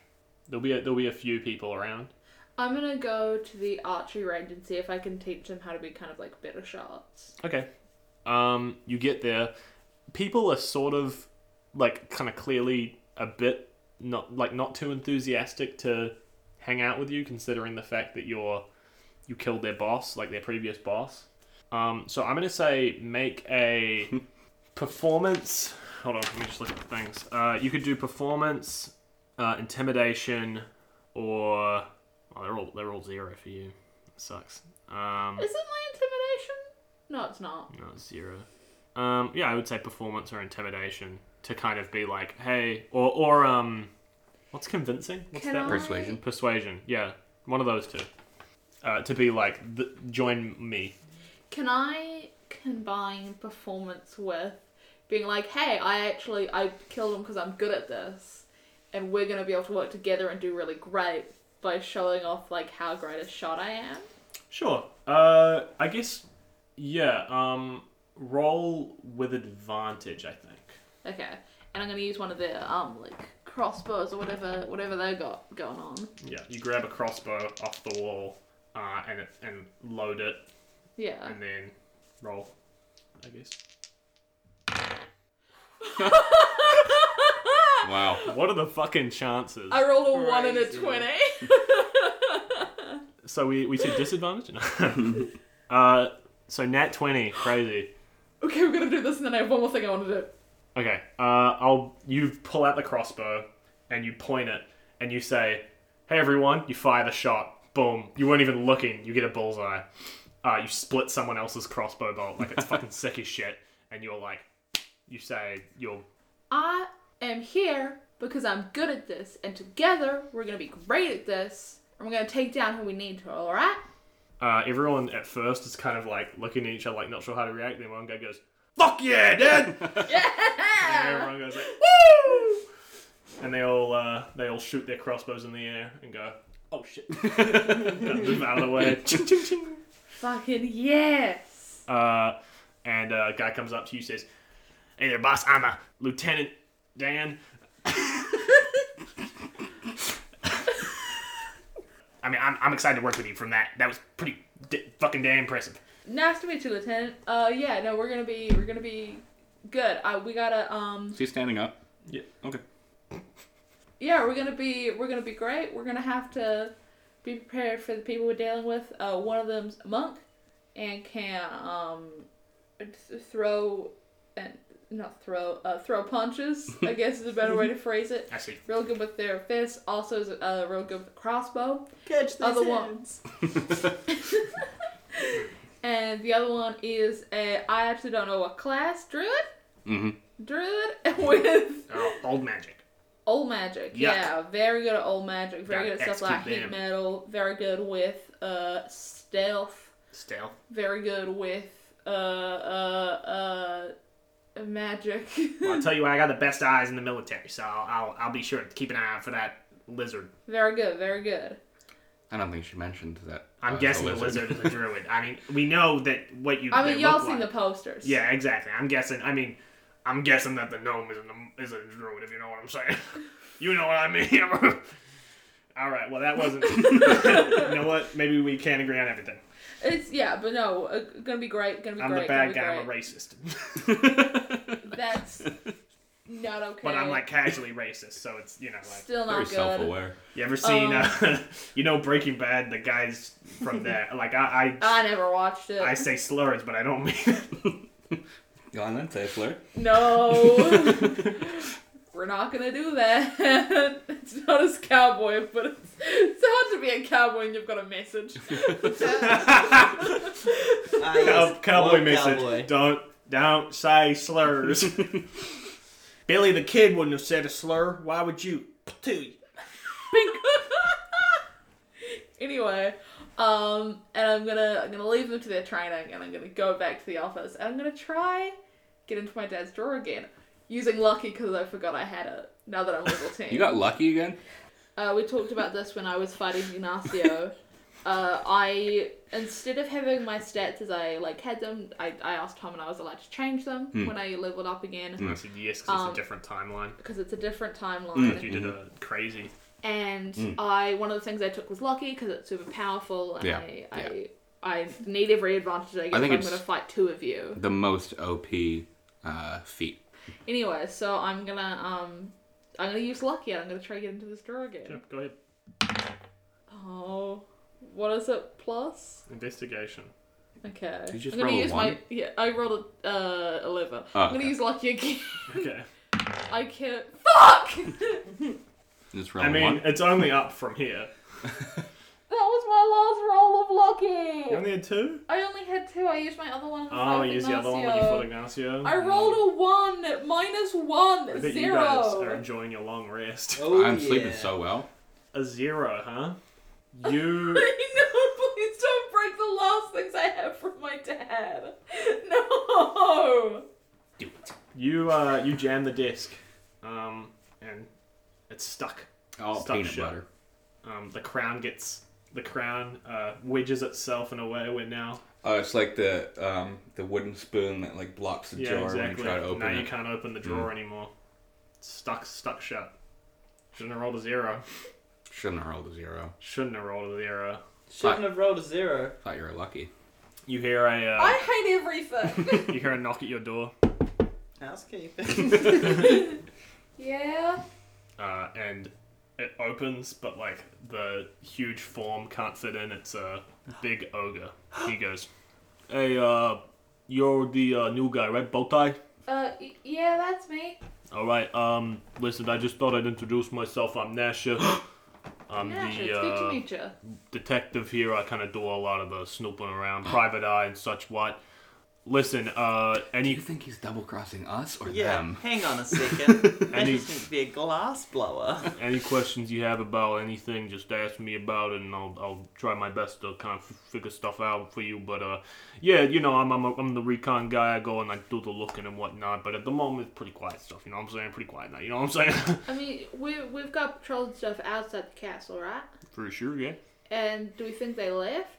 Speaker 5: There'll be a, there'll be a few people around.
Speaker 3: I'm gonna go to the archery range and see if I can teach them how to be kind of like better shots.
Speaker 5: Okay. Um, you get there. People are sort of like kind of clearly a bit not like not too enthusiastic to hang out with you, considering the fact that you're you killed their boss, like their previous boss. Um, so I'm gonna say make a performance. Hold on, let me just look at the things. Uh, you could do performance, uh, intimidation, or oh, they're all they're all zero for you. sucks. Um,
Speaker 3: Is it my intimidation? No, it's not.
Speaker 5: no, it's zero. Um, yeah, I would say performance or intimidation to kind of be like, hey, or or um, what's convincing? What's
Speaker 3: Can
Speaker 5: that?
Speaker 3: I-
Speaker 5: word?
Speaker 1: Persuasion.
Speaker 5: Persuasion. Yeah, one of those two. Uh, to be like, th- join me.
Speaker 3: Can I combine performance with being like, hey, I actually I killed him because I'm good at this, and we're gonna be able to work together and do really great by showing off like how great a shot I am.
Speaker 5: Sure. Uh, I guess. Yeah. Um, roll with advantage. I think.
Speaker 3: Okay, and I'm gonna use one of their um like crossbows or whatever whatever they got going on.
Speaker 5: Yeah. You grab a crossbow off the wall, uh, and it, and load it,
Speaker 3: Yeah.
Speaker 5: and then roll. I guess.
Speaker 1: Wow.
Speaker 5: What are the fucking chances?
Speaker 3: I rolled a one and a
Speaker 4: Crazy.
Speaker 3: twenty.
Speaker 5: So we, we said disadvantage? No. uh, so nat 20, crazy.
Speaker 3: okay, we're gonna do this, and then I have one more thing I want to do.
Speaker 5: Okay, uh, I'll you pull out the crossbow and you point it and you say, hey everyone, you fire the shot. Boom. You weren't even looking, you get a bullseye. Uh, you split someone else's crossbow bolt like it's fucking sick as shit. And you're like, you say, you're
Speaker 3: I am here because I'm good at this, and together we're gonna be great at this, and we're gonna take down who we need to. All right?
Speaker 5: Uh, everyone at first is kind of like looking at each other, like not sure how to react. Then one guy goes, "Fuck yeah, dude!" And everyone goes like, "Woo!" And they all uh, they all shoot their crossbows in the air and go, "Oh shit!" *laughs* and move out of
Speaker 3: *laughs*
Speaker 5: the way. Ching, ching, ching.
Speaker 3: Fucking yes.
Speaker 5: Uh, and uh, a guy comes up to you, says, "Hey there, boss. I'm a lieutenant Dan. I mean, I'm, I'm excited to work with you. From that, that was pretty d- fucking damn impressive."
Speaker 3: Nice to meet you, Lieutenant. Uh, yeah, no, we're gonna be we're gonna be good. Uh, we gotta um,
Speaker 1: Is he standing up?
Speaker 5: Yeah.
Speaker 1: Okay.
Speaker 3: yeah, we're gonna be we're gonna be great. We're gonna have to be prepared for the people we're dealing with. Uh, one of them's a monk, and can um th- throw and not throw uh, throw punches. I guess is a better way to phrase it.
Speaker 5: I see.
Speaker 3: Real good with their fists. Also is uh, real good with the crossbow.
Speaker 4: Catch these
Speaker 3: Other
Speaker 4: hands.
Speaker 3: And the other one is a I actually don't know what class druid
Speaker 1: Mm-hmm.
Speaker 3: druid *laughs* with
Speaker 5: Oh, old magic.
Speaker 3: Old magic, yeah, very good at old magic. Very
Speaker 5: Gotta
Speaker 3: good at stuff like
Speaker 5: execute
Speaker 3: heat
Speaker 5: them.
Speaker 3: metal. Very good with uh stealth.
Speaker 5: Stealth.
Speaker 3: Very good with uh uh uh magic. *laughs*
Speaker 5: Well, I'll tell you what, I got the best eyes in the military, so I'll, I'll, I'll be sure to keep an eye out for that lizard.
Speaker 3: very good, very good.
Speaker 1: I don't think she mentioned that. uh, I
Speaker 5: I'm
Speaker 1: was Oh, a
Speaker 5: guessing the wizard is a druid. I mean, we know that what you.
Speaker 3: I mean,
Speaker 5: they
Speaker 3: y'all
Speaker 5: look
Speaker 3: seen the
Speaker 5: like.
Speaker 3: posters.
Speaker 5: Yeah, exactly. I'm guessing. I mean, I'm guessing that the gnome isn't a, is a druid. If you know what I'm saying, *laughs* you know what I mean. *laughs* All right. Well, that wasn't. *laughs* you know what? Maybe we can't agree on everything.
Speaker 3: It's yeah, but no, uh, gonna be great. Gonna be
Speaker 5: I'm
Speaker 3: great.
Speaker 5: the
Speaker 3: gonna
Speaker 5: bad
Speaker 3: be
Speaker 5: guy. I'm a
Speaker 3: great.
Speaker 1: *laughs*
Speaker 5: racist, *laughs*
Speaker 3: That's not okay.
Speaker 5: but I'm like casually racist. So it's you know like
Speaker 3: still not
Speaker 1: Very
Speaker 3: good.
Speaker 1: self-aware.
Speaker 3: *laughs*
Speaker 5: you ever seen
Speaker 3: Um.
Speaker 5: uh, *laughs* you know Breaking Bad? The guys
Speaker 3: *laughs*
Speaker 5: from there. Like I I,
Speaker 3: I never watched it.
Speaker 5: I say slurs, but I don't mean. It.
Speaker 1: Yolanda, Taylor. *laughs*
Speaker 3: No. We're not gonna do that. it's not as cowboy, but it's, it's hard to be a cowboy and you've got a message. *laughs*
Speaker 4: Ah, yes.
Speaker 5: Cow- cowboy
Speaker 4: One
Speaker 5: message.
Speaker 4: cowboy.
Speaker 5: Don't don't say slurs. Billy the kid wouldn't have said a slur. Why would you? Patooey.
Speaker 3: Pink. anyway, um, and I'm gonna I'm gonna leave them to their training, and I'm gonna go back to the office, and I'm gonna try get into my dad's drawer again, using lucky because I forgot I had it. Now that I'm level ten,
Speaker 1: You got lucky again?
Speaker 3: uh, we talked about this when I was fighting
Speaker 1: *laughs*
Speaker 3: Ignacio. uh, I instead of having my stats as I like had them, I, I asked Tom and I was allowed to change them
Speaker 1: Hmm.
Speaker 3: when I leveled up again
Speaker 5: I said yes 'cause
Speaker 3: Um,
Speaker 5: it's a different timeline.
Speaker 3: because it's a different timeline.
Speaker 1: Hmm.
Speaker 5: You did a crazy.
Speaker 3: and I one of the things I took was lucky because it's super powerful, and
Speaker 1: Yeah,
Speaker 3: I, I I need every advantage I get.
Speaker 1: think
Speaker 3: if I'm
Speaker 1: it's-
Speaker 3: going to fight two of you
Speaker 1: The most OP uh, feat.
Speaker 3: anyway. So I'm gonna um I'm gonna use lucky, and I'm gonna try to get into this drawer again.
Speaker 5: Yeah, go ahead.
Speaker 3: Oh, what is it? Plus.
Speaker 5: Investigation.
Speaker 3: Okay.
Speaker 1: Did you just
Speaker 3: I'm gonna
Speaker 1: roll a
Speaker 3: use my
Speaker 1: one?
Speaker 3: yeah. I rolled a uh, eleven.
Speaker 1: Oh,
Speaker 3: I'm gonna
Speaker 1: okay.
Speaker 3: use lucky again. *laughs*
Speaker 5: Okay.
Speaker 3: I can't. Fuck! *laughs* that
Speaker 1: It's
Speaker 5: I
Speaker 1: round
Speaker 5: mean,
Speaker 1: one.
Speaker 5: it's only up from here.
Speaker 3: was my last
Speaker 5: You
Speaker 3: roll of lucky.
Speaker 5: only had two.
Speaker 3: I only had two. I used my other one.
Speaker 5: Oh, use the other one when you fought Ignacio. Hmm.
Speaker 3: I rolled a one, minus
Speaker 5: I
Speaker 3: one,
Speaker 5: bet you guys
Speaker 3: *laughs*
Speaker 5: are
Speaker 3: zero.
Speaker 5: enjoying your long rest.
Speaker 4: Oh,
Speaker 1: I'm sleeping
Speaker 4: yeah.
Speaker 1: so well.
Speaker 5: A zero, huh?
Speaker 3: no,
Speaker 5: You.
Speaker 3: please don't break the last things I have from my dad. *laughs*
Speaker 5: Oh.
Speaker 3: No.
Speaker 5: You uh, you jam the disc, um, and it's stuck.
Speaker 1: Oh,
Speaker 5: Stuck
Speaker 1: peanut
Speaker 5: shut.
Speaker 1: butter.
Speaker 5: Um, the crown gets the crown uh, wedges itself in a way where now
Speaker 1: Oh, it's like the um, the wooden spoon that like blocks the
Speaker 5: yeah
Speaker 1: jar when you
Speaker 5: exactly
Speaker 1: try to open
Speaker 5: now you
Speaker 1: it. Mm.
Speaker 5: can't open the drawer anymore. It's stuck stuck shut. Shouldn't have rolled a zero.
Speaker 1: Shouldn't have rolled a zero.
Speaker 5: Shouldn't have rolled a zero.
Speaker 4: Shouldn't have rolled a zero.
Speaker 1: Thought you were lucky.
Speaker 5: You hear a uh,
Speaker 3: I hate
Speaker 5: *laughs*
Speaker 3: everything.
Speaker 5: you hear a knock at your door,
Speaker 1: *laughs*
Speaker 4: Housekeeping.
Speaker 3: yeah.
Speaker 5: uh, and it opens, but like the huge form can't fit in. It's a big ogre. He goes, "Hey, uh, you're the uh, new guy, right? Bowtie."
Speaker 3: Uh, y- yeah, that's me.
Speaker 5: All right. Um, listen, I just thought I'd introduce myself.
Speaker 3: *gasps*
Speaker 5: I'm Nasha. I'm
Speaker 3: Nash,
Speaker 5: the
Speaker 3: it's good to
Speaker 5: uh,
Speaker 3: meet you.
Speaker 5: detective here. I kind of do a lot of the snooping around, private eye and such. What? Listen, uh,
Speaker 1: Do you
Speaker 5: any
Speaker 1: think he's double crossing us or
Speaker 4: yeah,
Speaker 1: them?
Speaker 4: hang
Speaker 1: *laughs*
Speaker 4: on a second. I
Speaker 5: And he-
Speaker 4: just need to be a glass blower. *laughs*
Speaker 5: any questions you have about anything, just ask me about it, and I'll I'll try my best to kind of figure stuff out for you. But uh, yeah, you know, I'm I'm, a, I'm the recon guy. I go and I do the looking and whatnot. But at the moment, it's pretty quiet stuff. You know what I'm saying? Pretty quiet now. You know what I'm saying? *laughs*
Speaker 3: I mean, we we've got patrols and stuff outside the castle, right?
Speaker 5: for sure,
Speaker 3: Uh,
Speaker 5: yeah.
Speaker 3: And do we think they left?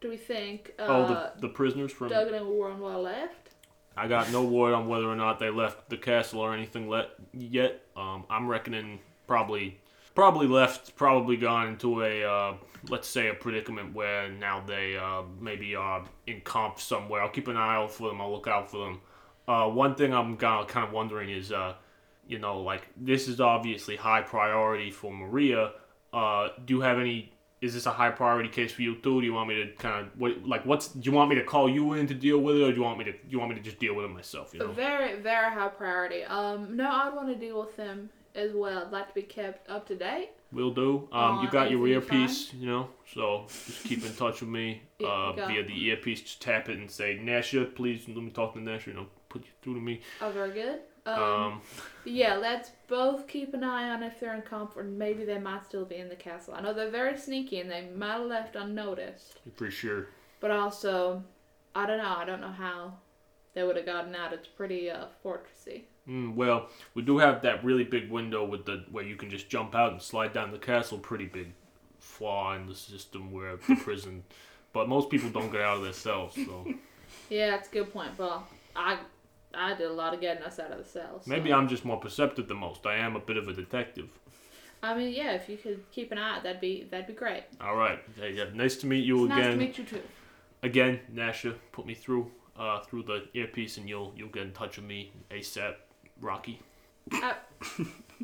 Speaker 3: Do we think uh,
Speaker 5: oh, the the prisoners from
Speaker 3: Duggan and Warrenwell left?
Speaker 5: I got no word on whether or not they left the castle or anything let yet. Um, I'm reckoning probably, probably left, probably gone into a uh, let's say a predicament where now they uh, maybe are in comp somewhere. I'll keep an eye out for them. I'll look out for them. Uh, one thing I'm kind of, kind of wondering is, uh, you know, like this is obviously high priority for Maria. Uh, do you have any? Is this a high priority case for you too? Do you want me to kind of what, like what's? Do you want me to call you in to deal with it, or do you want me to? Do you want me to just deal with it myself? You
Speaker 3: A
Speaker 5: know.
Speaker 3: Very, very high priority. Um, no, I'd want to deal with them as well. I'd like to be kept up to date.
Speaker 5: Will do. Um,
Speaker 3: Aw,
Speaker 5: you got your
Speaker 3: everything
Speaker 5: earpiece, you know, so just keep in touch
Speaker 3: *laughs*
Speaker 5: with me
Speaker 3: Yeah,
Speaker 5: uh,
Speaker 3: you got
Speaker 5: via
Speaker 3: it.
Speaker 5: the earpiece. Just tap it and say, Nasha, please let me talk to Nasha, you know, put you through to me.
Speaker 3: Oh, very good. Um,
Speaker 5: Um,
Speaker 3: yeah, let's both keep an eye on if they're in comfort. Maybe they might still be in the castle. I know they're very sneaky and they might have left unnoticed.
Speaker 5: you pretty sure.
Speaker 3: But also, I don't know. I don't know how they would have gotten out. It's pretty uh, fortressy.
Speaker 5: Mm, well, we do have that really big window with the where you can just jump out and slide down the castle pretty big flaw in the system where
Speaker 3: *laughs*
Speaker 5: of the prison, but most people don't get out of their cells. So
Speaker 3: Yeah, that's a good point, but I I did a lot of getting us out of the cells.
Speaker 5: maybe I'm just more perceptive than most. I am a bit of a detective.
Speaker 3: I mean, yeah, if you could keep an eye, out, that'd be that'd be great.
Speaker 5: All right, Hey, yeah, nice to meet you
Speaker 3: it's
Speaker 5: again.
Speaker 3: nice to meet you too.
Speaker 5: again, Nasha, put me through uh, through the earpiece, and you'll you'll get in touch with me ASAP, Rocky.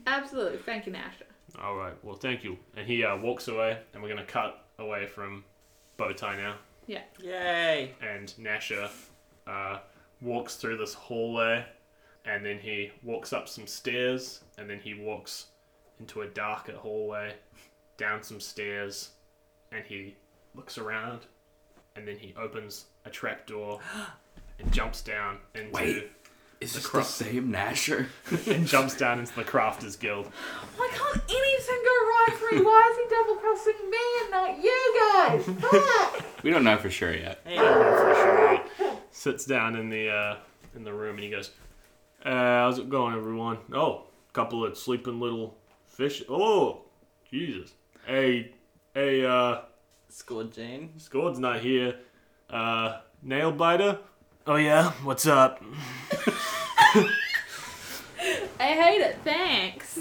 Speaker 3: Absolutely, thank you, Nasha.
Speaker 5: All right. Well, thank you. And he uh, walks away, and we're gonna cut away from Bowtie now.
Speaker 4: Yay!
Speaker 5: And Nasha uh, walks through this hallway, and then he walks up some stairs, and then he walks into a darker hallway, down some stairs, and he looks around, and then he opens a trapdoor and jumps down into
Speaker 1: Wait. Is this
Speaker 5: cro-
Speaker 1: the same Nasher?
Speaker 5: and jumps down into the Crafters Guild.
Speaker 3: Why can't anything go right for you? Why is he double crossing me and not
Speaker 5: *laughs*
Speaker 3: you guys?
Speaker 1: *laughs*
Speaker 3: Fuck!
Speaker 1: We don't know for sure yet.
Speaker 4: Hey, for sure.
Speaker 5: sits down in the uh, in the room and he goes, uh, "How's it going, everyone? Oh, couple of sleeping little fish. Oh, Jesus. Hey, hey, uh,
Speaker 4: Scored Jane.
Speaker 5: Scord's not here. Uh, nail biter. Oh yeah, what's up?
Speaker 3: I hate it. Thanks.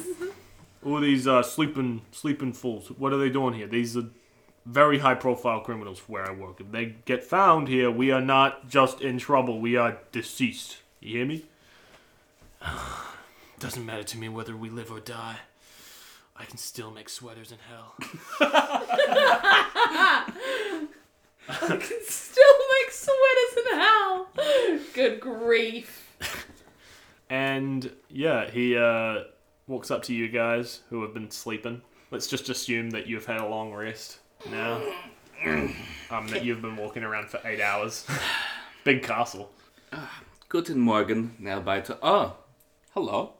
Speaker 5: All these uh, sleeping sleeping fools. What are they doing here? These are very high profile criminals where I work. If they get found here, we are not just in trouble. We are deceased. You hear me? Doesn't matter to me whether we live or die. I can still make sweaters in hell.
Speaker 3: I can *laughs* still make sweaters in hell. Good grief.
Speaker 5: And yeah, he uh, walks up to you guys who have been sleeping. Let's just assume that you've had a long rest now. Um, that you've been walking around for eight hours. *laughs* Big castle.
Speaker 1: Guten Morgen, Nailbiter. Oh, hello.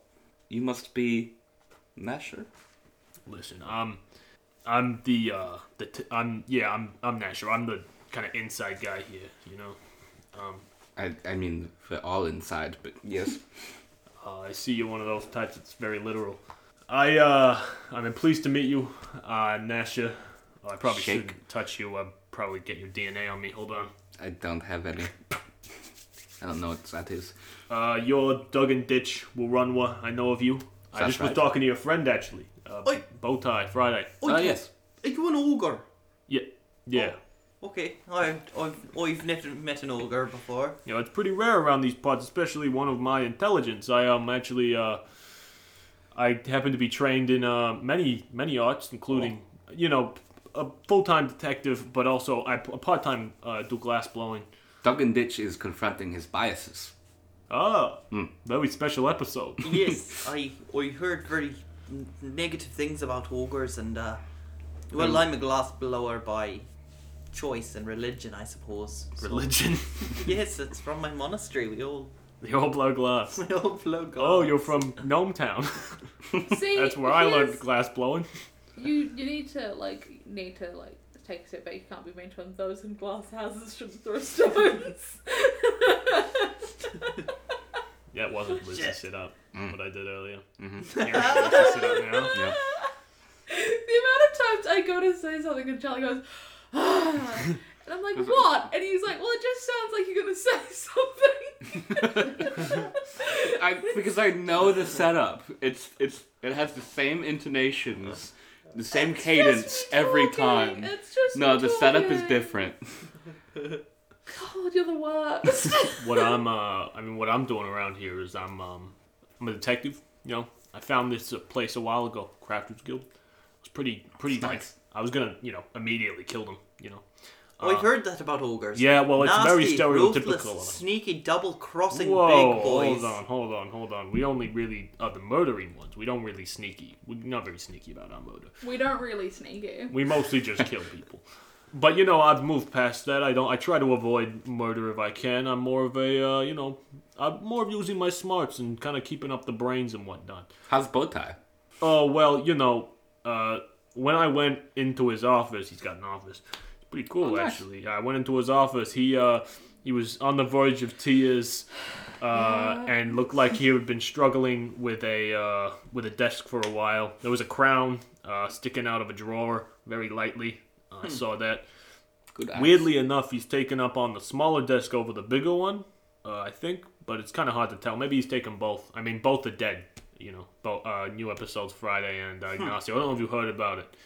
Speaker 1: You must be Nasher?
Speaker 5: Listen, um, I'm the uh, the t- I'm yeah, I'm I'm not sure. I'm the kind of inside guy here, you know.
Speaker 1: I, I mean, we're all inside, but yes.
Speaker 5: Uh, I see you're one of those types that's very literal. I uh, I'm pleased to meet you, uh, Nasha. Oh, I probably
Speaker 1: Shake.
Speaker 5: shouldn't touch you. I'll probably get your DNA on me. Hold on.
Speaker 1: I don't have any. I don't know what that is.
Speaker 5: Uh, you're Duggan Ditch Wurunwa. I know of you. I
Speaker 1: That's
Speaker 5: just was
Speaker 1: right.
Speaker 5: talking to your friend actually. Uh,
Speaker 4: Oi.
Speaker 5: Bowtie Friday.
Speaker 1: Oh, yes.
Speaker 4: Are you an ogre?
Speaker 5: Yeah, yeah.
Speaker 4: Okay, I, I've, I've never met an ogre before.
Speaker 5: You know, it's pretty rare around these parts, especially one of my intelligence. I um actually uh, I happen to be trained in uh, many many arts, including you know a full time detective, but also I a part time uh, do glass blowing.
Speaker 1: Duggan Ditch is confronting his biases.
Speaker 5: Ah,
Speaker 1: Hmm.
Speaker 5: very special episode.
Speaker 4: Yes, I, I heard very n- negative things about ogres and, uh,
Speaker 5: Hmm.
Speaker 4: well, I'm a glass blower by choice and religion, I suppose. So-
Speaker 5: Religion. *laughs*
Speaker 4: yes, it's from my monastery. We all, *laughs*
Speaker 5: they all blow glass.
Speaker 4: we all blow glass.
Speaker 5: Oh, you're from Gnome Town. *laughs*
Speaker 3: See,
Speaker 5: That's where I learned
Speaker 3: here's-
Speaker 5: glass blowing.
Speaker 3: You you need to like need to like take a step back. You can't be mean to him. Those in glass houses should throw stones.
Speaker 4: *laughs*
Speaker 5: That wasn't Lucy
Speaker 4: Shit.
Speaker 5: sit up. What I did earlier. *laughs*
Speaker 1: Mhm.
Speaker 5: Here's Lucy sit up now.
Speaker 1: Yep.
Speaker 3: the amount of times I go to say something and Charlie goes, ah, and I'm like, what? And he's like, well, it just sounds like you're gonna say something.
Speaker 1: *laughs* I, because I know the setup. It's it's it has the same intonations, the same
Speaker 3: It's just
Speaker 1: cadence
Speaker 3: me
Speaker 1: every
Speaker 3: talking.
Speaker 1: time.
Speaker 3: It's just
Speaker 1: No,
Speaker 3: me
Speaker 1: the setup is
Speaker 3: talking.
Speaker 1: different.
Speaker 3: God, you're the worst. *laughs*
Speaker 5: what I'm uh, I mean what I'm doing around here is I'm um, I'm a detective, you know. I found this uh, place a while ago, Crafters Guild. It was pretty pretty
Speaker 1: That's
Speaker 5: nice.
Speaker 1: nice.
Speaker 5: I was gonna, you know, immediately kill them, you know.
Speaker 4: Oh, I've heard that about ogres.
Speaker 5: Yeah, well it's
Speaker 4: Nasty,
Speaker 5: very
Speaker 4: ruthless,
Speaker 5: stereotypical of us.
Speaker 4: sneaky, double-crossing
Speaker 5: Whoa,
Speaker 4: big boys.
Speaker 5: hold on, hold on, hold on. We only really are the murdering ones. We don't really sneaky. We're not very sneaky about our murder.
Speaker 3: we don't really sneak you.
Speaker 5: We mostly just kill people. But you know, I've moved past that. I don't. I try to avoid murder if I can. I'm more of a, uh, you know, I'm more of using my smarts and kind of keeping up the brains and whatnot.
Speaker 1: How's bow tie?
Speaker 5: Oh well, you know, uh, when I went into his office, he's got an office. It's pretty cool,
Speaker 1: nice.
Speaker 5: actually. I went into his office. He uh, he was on the verge of tears, uh, and looked like he had been struggling with a uh, with a desk for a while. There was a crown uh, sticking out of a drawer, very lightly. Uh, I saw that.
Speaker 1: Good eyes.
Speaker 5: Weirdly enough, he's taken up on the smaller desk over the bigger one, uh, I think, but it's kind of hard to tell. Maybe he's taken both. I mean, both are dead. You know, both uh, new episodes Friday and uh, Ignacio. I don't know if you heard about it. uh,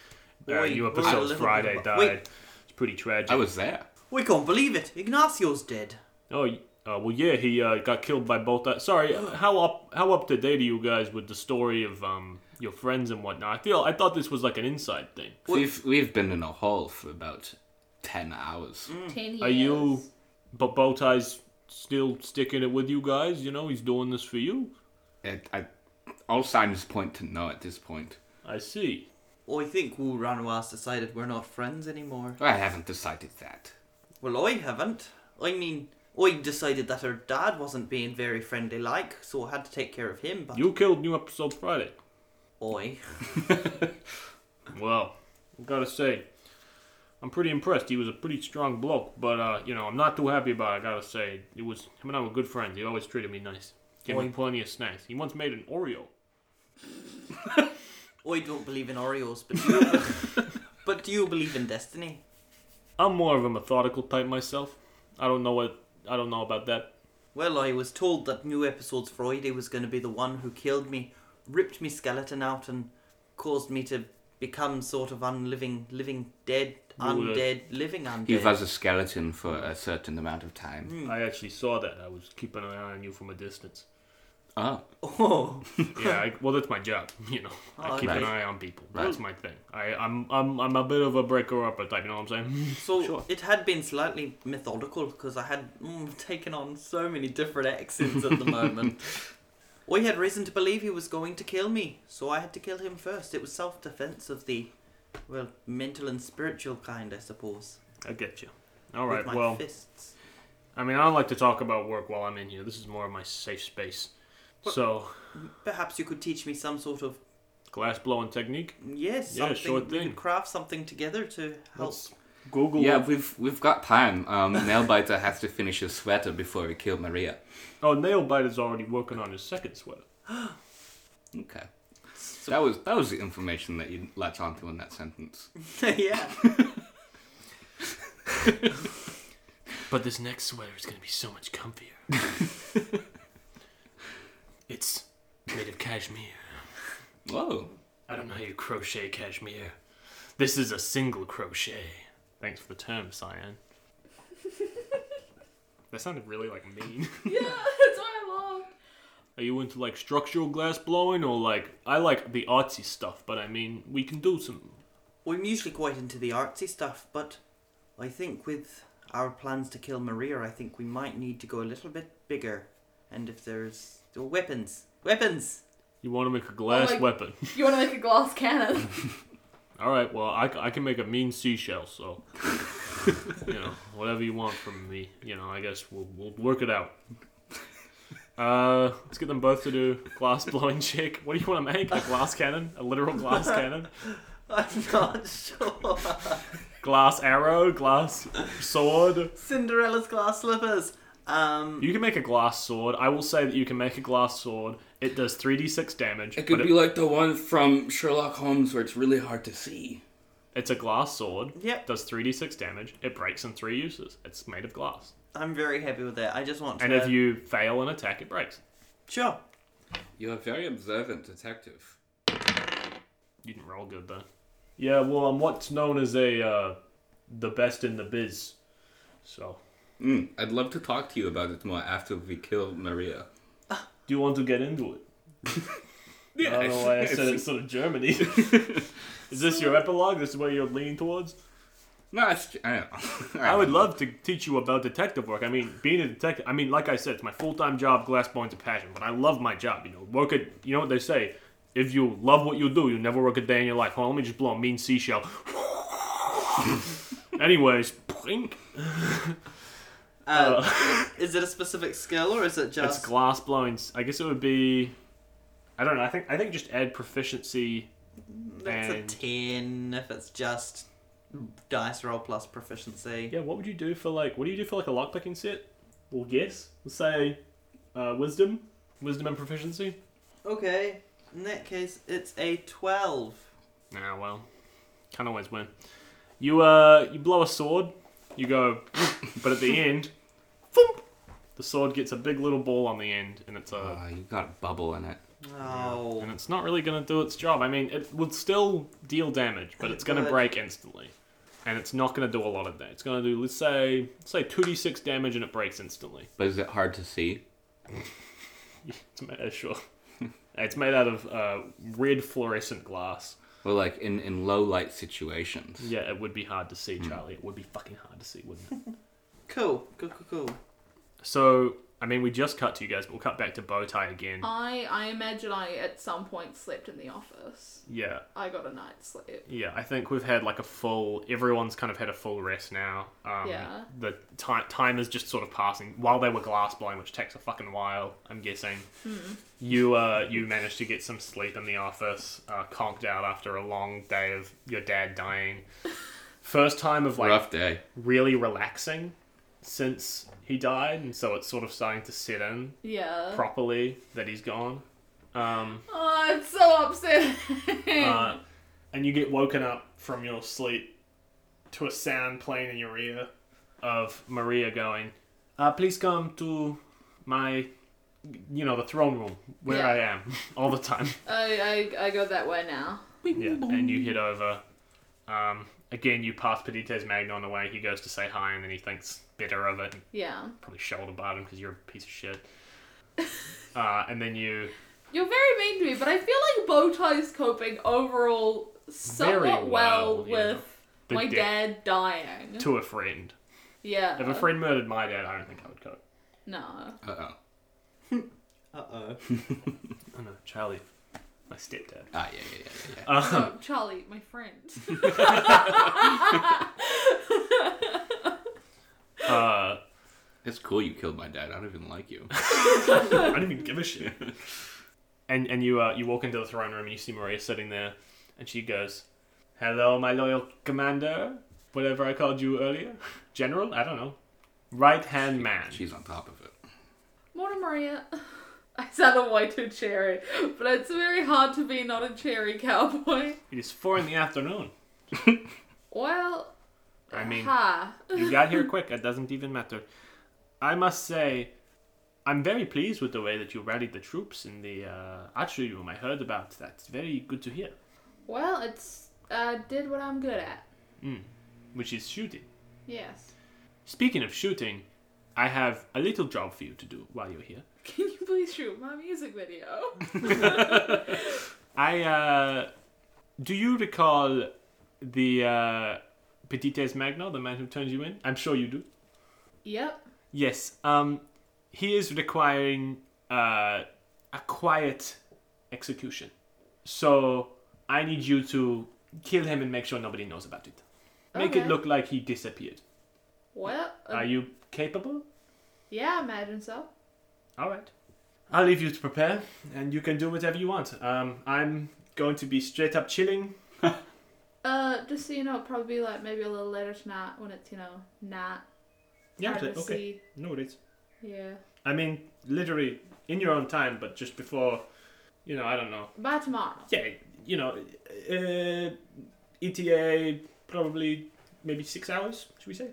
Speaker 4: Hmm. Boy,
Speaker 5: new
Speaker 4: boy, a little
Speaker 5: episodes
Speaker 4: bit
Speaker 5: Friday
Speaker 4: about-
Speaker 5: died.
Speaker 4: wait.
Speaker 5: It's pretty tragic.
Speaker 1: I was there.
Speaker 4: We can't believe it. Ignacio's dead.
Speaker 5: Oh, y- uh, well, yeah, he uh, got killed by both. Uh, sorry, uh, how up how up to date are you guys with the story of um your friends and whatnot? I feel I thought this was like an inside thing.
Speaker 1: We've we've been in a hole for about ten hours.
Speaker 3: Ten years.
Speaker 5: Are you, but Bowtie's still sticking it with you guys? You know, he's doing this for you.
Speaker 1: It, I, all signs point to no at this point.
Speaker 5: I see.
Speaker 4: I think Wu Ranwas decided we're not friends anymore.
Speaker 1: I haven't decided that.
Speaker 4: Well, I haven't. I mean, I decided that her dad wasn't being very friendly like, so I had to take care of him, but
Speaker 5: You killed new episode Friday.
Speaker 4: I.
Speaker 5: Well, I gotta say, I'm pretty impressed. He was a pretty strong bloke, but uh, you know, I'm not too happy about. it, I gotta say, it was him and I were good friends. He always treated me nice. Gave me
Speaker 4: Oi.
Speaker 5: plenty of snacks. He once made an Oreo.
Speaker 4: I don't believe in Oreos, but do you, *laughs* but do you believe in destiny?
Speaker 5: I'm more of a methodical type myself. I don't know what I don't know about that.
Speaker 4: Well, I was told that new episodes Friday was going to be the one who killed me, ripped me skeleton out, and caused me to become sort of unliving, living dead,
Speaker 5: Ooh, that-
Speaker 4: undead, living undead.
Speaker 1: He was a skeleton for a certain amount of time.
Speaker 4: Hmm.
Speaker 5: I actually saw that. I was keeping an eye on you from a distance.
Speaker 1: Oh,
Speaker 4: Oh,
Speaker 5: Yeah,
Speaker 4: *laughs*
Speaker 5: I, well, that's my job. *laughs* You know, I
Speaker 4: Oh,
Speaker 5: keep an
Speaker 1: okay.
Speaker 5: eye on people. That's my thing. I, I'm I'm I'm a bit of a breaker upper type. You know what I'm saying? *laughs*
Speaker 4: so it had been slightly methodical because I had mm, taken on so many different accents at the
Speaker 5: *laughs*
Speaker 4: moment. I had reason to believe he was going to kill me, so I had to kill him first. It was self defense of the, well, mental and spiritual kind, I suppose.
Speaker 5: I get you. All
Speaker 4: with
Speaker 5: right.
Speaker 4: my
Speaker 5: Well,
Speaker 4: fists.
Speaker 5: I mean, I don't like to talk about work while I'm in here. This is more of my safe space. So,
Speaker 4: Perhaps you could teach me some sort of
Speaker 5: glass blowing technique.
Speaker 4: yes,
Speaker 5: Yeah,
Speaker 4: something.
Speaker 5: sure
Speaker 4: We
Speaker 5: thing.
Speaker 4: could craft something together to help.
Speaker 5: Let's Google.
Speaker 1: yeah, we've we've got time. Um, *laughs* Nailbiter has to finish his sweater before he killed Maria.
Speaker 5: Oh, Nailbite is already working on his second sweater.
Speaker 1: Okay, that was that was the information that you latched onto in that sentence.
Speaker 4: *laughs* yeah,
Speaker 5: But this next sweater is going to be so much comfier. it's made of cashmere.
Speaker 1: Whoa,
Speaker 5: I don't know how you crochet cashmere. This is a single crochet. Thanks for the term, Cyan. that sounded really like mean.
Speaker 3: Yeah, *laughs* that's why I laughed.
Speaker 5: Are you into like structural glass blowing or like I like the artsy stuff, but I mean we can do some
Speaker 4: well, I'm usually quite into the artsy stuff, but I think with our plans to kill Maria, I think we might need to go a little bit bigger. And if there's oh, weapons, weapons. *laughs*
Speaker 5: you want to make a glass
Speaker 3: like-
Speaker 5: weapon.
Speaker 3: You want to make a glass
Speaker 5: *laughs*
Speaker 3: cannon?
Speaker 5: All right, well I, c- I can make a mean seashell, so *laughs* you know whatever you want from me, you know I guess we'll we'll work it out. Uh, let's get them both to do glass blowing chick. What do you want to make? A glass cannon? A literal glass cannon?
Speaker 4: I'm not sure. *laughs*
Speaker 5: glass arrow, glass sword.
Speaker 4: Cinderella's glass slippers. Um,
Speaker 5: You can make a glass sword. I will say that you can make a glass sword. It does 3d6 damage.
Speaker 1: it could
Speaker 5: but
Speaker 1: be like the one from Sherlock Holmes where it's really hard to see.
Speaker 5: It's a glass sword.
Speaker 4: Yep.
Speaker 5: Does 3d6 damage. It breaks in three uses. It's made of glass.
Speaker 4: I'm very happy with that. I just want to.
Speaker 5: And if you fail an attack, it breaks.
Speaker 4: sure.
Speaker 1: You're a very observant detective.
Speaker 5: You didn't roll good though. Yeah, well, I'm what's known as a uh, the best in the biz. So,
Speaker 1: Mm, I'd love to talk to you about it more after we kill Maria.
Speaker 5: do you want to get into it? I don't know why I said it's sort of Germany. *laughs* is this your epilogue? This is what you're leaning towards?
Speaker 1: No, it's, I don't know. *laughs* Uh,
Speaker 5: I would love to teach you about detective work. I mean, being a detective. I mean, like I said, it's my full-time job. Glass blowing's a passion, but I love my job. You know, work at. You know what they say: if you love what you do, you never work a day in your life. Hold on, let me just blow a mean seashell. *laughs* Anyways, plink.
Speaker 4: Uh,
Speaker 5: *laughs*
Speaker 4: is it a specific skill or is it
Speaker 5: Oh. It's
Speaker 4: just?
Speaker 5: glass blowing. I guess it would be. I don't know. I think I think just add proficiency.
Speaker 4: That's a
Speaker 5: and-
Speaker 4: ten if it's just dice roll plus proficiency.
Speaker 5: Yeah, what would you do for like? What do you do for like a lockpicking set? Well, guess. Let's say, uh, wisdom, wisdom and proficiency.
Speaker 4: Okay. In that case, it's a twelve.
Speaker 5: Ah, well. Can't always win. You uh, you blow a sword. You go, *laughs* but at the end, *laughs* thump, the sword gets a big little ball on the end, and it's a
Speaker 1: Uh, you got a bubble in it.
Speaker 4: Oh.
Speaker 5: and it's not really going to do its job. I mean, it would still deal damage, but it's going to
Speaker 4: But-
Speaker 5: break instantly, and it's not going to do a lot of that. It's going to do let's say let's say two d six damage, and it breaks instantly.
Speaker 1: But is it hard to see?
Speaker 5: It's made, uh, sure, it's made out of uh, red fluorescent glass.
Speaker 1: Well, like in, in low light situations.
Speaker 5: Yeah, it would be hard to see, Charlie. It would be fucking hard to see, wouldn't it?
Speaker 4: Cool. Cool, cool, cool.
Speaker 5: so, I mean, we just cut to you guys, but we'll cut back to Bowtie again.
Speaker 3: I I imagine I at some point slept in the office.
Speaker 5: yeah,
Speaker 3: I got a night's sleep.
Speaker 5: yeah. I think we've had like a full. Everyone's kind of had a full rest now. Um,
Speaker 3: Yeah.
Speaker 5: The time time is just sort of passing. While they were glass blowing, which takes a fucking while, I'm guessing. You uh, you managed to get some sleep in the office, uh, conked out after a long day of your dad dying. First time of like
Speaker 1: Rough day.
Speaker 5: really relaxing since he died, and so it's sort of starting to set in
Speaker 3: Yeah.
Speaker 5: properly that he's gone. Um,
Speaker 3: oh, it's so upsetting. *laughs*
Speaker 5: uh, and you get woken up from your sleep to a sound playing in your ear of Maria going, uh, "Please come to my, you know, the throne room where
Speaker 3: Yeah.
Speaker 5: I am *laughs* all
Speaker 3: *laughs*
Speaker 5: the time."
Speaker 3: I, I I go that way now.
Speaker 5: yeah, and you head over. Um, again, you pass Pedites Magna on the way. He goes to say hi, and then he thinks better of it and
Speaker 3: Yeah.
Speaker 5: probably shoulder barred him because you're a piece of shit.
Speaker 3: *laughs*
Speaker 5: uh, and then you
Speaker 3: You're very mean to me, but I feel like Bowtie's coping overall somewhat
Speaker 5: Very
Speaker 3: well,
Speaker 5: well, yeah.
Speaker 3: with
Speaker 5: The
Speaker 3: my
Speaker 5: de-
Speaker 3: dad dying.
Speaker 5: to a friend.
Speaker 3: yeah.
Speaker 5: If a friend murdered my dad, I don't think I would cope. *clears throat*
Speaker 3: No.
Speaker 1: Uh oh.
Speaker 4: Uh oh.
Speaker 5: Oh no, Charlie, my stepdad.
Speaker 1: Ah, yeah, yeah, yeah, yeah. yeah.
Speaker 5: Um,
Speaker 3: No, Oh, Charlie, my friend.
Speaker 5: uh,
Speaker 1: it's cool you killed my dad. I don't even like you.
Speaker 5: I don't even give a shit. And and you uh, you walk into the throne room and you see Maria sitting there, and she goes, "Hello, my loyal commander, whatever I called you earlier, general. I don't know, right hand man."
Speaker 1: She's on top of it.
Speaker 3: Morta Maria. I sounded way too cheery, but it's very hard to be not a cheery cowboy.
Speaker 5: It is four in the afternoon.
Speaker 3: Well,
Speaker 5: I mean,
Speaker 3: ha.
Speaker 5: You got here quick. It doesn't even matter. I must say, I'm very pleased with the way that you rallied the troops in the uh, archery room. I heard about that. It's very good to hear.
Speaker 3: Well, it's I did what I'm good at.
Speaker 5: Which is shooting.
Speaker 3: Yes. *laughs*
Speaker 5: Speaking of shooting, I have a little job for you to do while you're here.
Speaker 3: Can you please shoot my music video?
Speaker 5: I uh, do you recall the uh, Petites Magno, the man who turns you in? I'm sure you do.
Speaker 3: yep.
Speaker 5: Yes. Um, he is requiring uh, a quiet execution. So I need you to kill him and make sure nobody knows about it. Make it
Speaker 3: Okay.
Speaker 5: look like he disappeared.
Speaker 3: Well, uh,
Speaker 5: Are you capable?
Speaker 3: yeah, I imagine so.
Speaker 5: All right. I'll leave you to prepare, and you can do whatever you want. Um, I'm going to be straight up chilling.
Speaker 3: Uh, just so you know, it'll probably be like maybe a little later tonight when it's you know night.
Speaker 5: Yeah,
Speaker 3: hard to
Speaker 5: okay.
Speaker 3: see.
Speaker 5: No worries.
Speaker 3: Yeah.
Speaker 5: I mean, literally in your own time, but just before, you know, I don't know.
Speaker 3: By tomorrow.
Speaker 5: Yeah, you know, uh, ETA probably maybe six hours, should we say?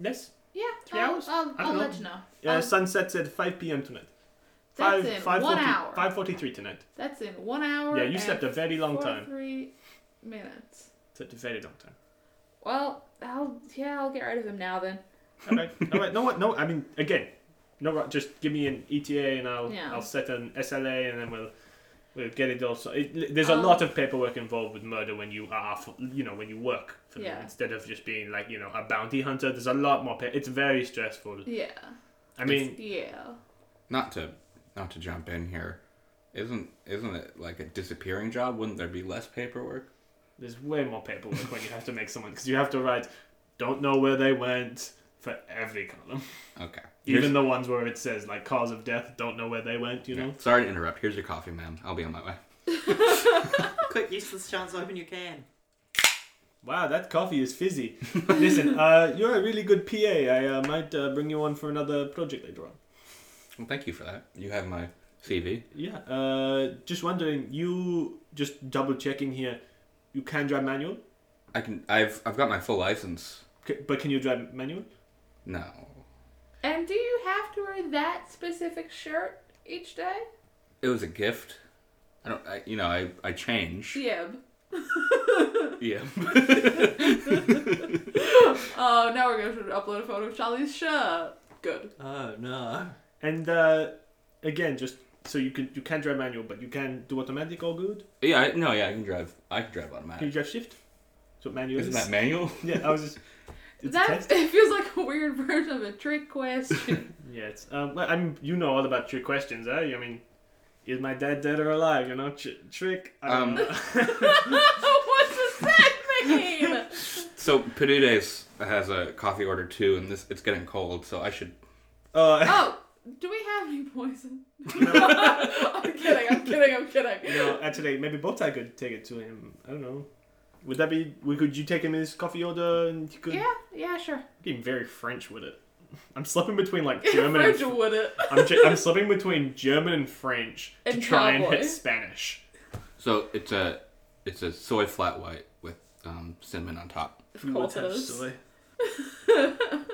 Speaker 5: Less?
Speaker 3: Yeah.
Speaker 5: Three
Speaker 3: I'll,
Speaker 5: hours?
Speaker 3: I'll,
Speaker 5: I don't
Speaker 3: I'll
Speaker 5: know.
Speaker 3: let you know.
Speaker 5: Uh,
Speaker 3: Um,
Speaker 5: sunsets at 5 p.m. tonight.
Speaker 3: that's in one hour.
Speaker 5: 5.43 tonight.
Speaker 3: That's in one hour.
Speaker 5: Yeah, you
Speaker 3: and
Speaker 5: slept a very long time.
Speaker 3: Three minutes.
Speaker 5: Slept a very long time.
Speaker 3: Well, I'll yeah, I'll get rid of him now then.
Speaker 5: All right, all right. No, what? No, I mean, again, no, right, just give me an ETA and I'll
Speaker 3: Yeah.
Speaker 5: I'll set an SLA and then we'll we'll get it all. So it, there's a
Speaker 3: Um,
Speaker 5: lot of paperwork involved with murder when you are for, you know when you work for them
Speaker 3: Yeah.
Speaker 5: instead of just being like you know a bounty hunter. There's a lot more. Pa- it's very stressful.
Speaker 3: Yeah.
Speaker 5: I mean,
Speaker 3: Yeah.
Speaker 1: Not to, not to jump in here. Isn't isn't it like a disappearing job? Wouldn't there be less paperwork?
Speaker 5: there's way more paperwork when you have to make someone because you have to write don't know where they went for every column,
Speaker 1: Okay.
Speaker 5: even
Speaker 1: Here's-
Speaker 5: the ones where it says like cause of death, don't know where they went. You know.
Speaker 1: Sorry to interrupt. Here's your coffee, ma'am. I'll be on my way.
Speaker 4: Quick, useless chance open you can.
Speaker 5: Wow, that coffee is *laughs* fizzy. Listen, uh, you're a really good PA. I uh, might uh, bring you on for another project later on.
Speaker 1: Well, thank you for that. You have my CV.
Speaker 5: Yeah, uh, just wondering, you just double checking here. You can drive manual?
Speaker 1: I can. I've I've got my full license.
Speaker 5: C- but can you drive manually?
Speaker 1: No,
Speaker 3: And do you have to wear that specific shirt each day?
Speaker 1: it was a gift. I don't. I, you know, I I change.
Speaker 3: Yeah.
Speaker 1: *laughs* Yeah.
Speaker 3: Oh, now we're going to upload a photo of Charlie's shirt. Good.
Speaker 4: Oh no.
Speaker 5: And uh, again, just so you can you can drive manual, but you can do automatic all good.
Speaker 1: yeah. I, no. Yeah. I can drive. I can drive
Speaker 5: Can you
Speaker 1: automatic.
Speaker 5: drive shift? So Uh, manual
Speaker 1: Isn't
Speaker 5: is.
Speaker 1: that manual?
Speaker 5: *laughs* yeah, I was just. It's a
Speaker 3: that
Speaker 5: test.
Speaker 3: *laughs* it feels like a weird *laughs* version of a trick question.
Speaker 5: Yeah, it's um. I mean, you know all about trick questions, eh? I mean, is my dad dead or alive? You know, Tr- trick. I don't
Speaker 1: Um,
Speaker 5: *laughs* know.
Speaker 3: *laughs* what does that mean?
Speaker 1: So Panudes has a coffee order too, and this it's getting cold, so I should.
Speaker 5: Uh,
Speaker 3: Oh, do we have any poison? *laughs* I'm kidding. I'm kidding. I'm kidding.
Speaker 5: No, actually, maybe Bowtie could take it to him. I don't know. Would that be? would- Could you take him his coffee order and he could?
Speaker 3: Yeah. Yeah. Sure.
Speaker 5: Being very French with it. *laughs* I'm slipping between like German. and
Speaker 3: French would it?
Speaker 5: *laughs* I'm, j- I'm slipping between German and French to
Speaker 3: And
Speaker 5: try and
Speaker 3: cowboy.
Speaker 5: hit Spanish.
Speaker 1: So it's a it's a soy flat white with um, cinnamon on top.
Speaker 3: Of course it is. *laughs*
Speaker 5: Soy.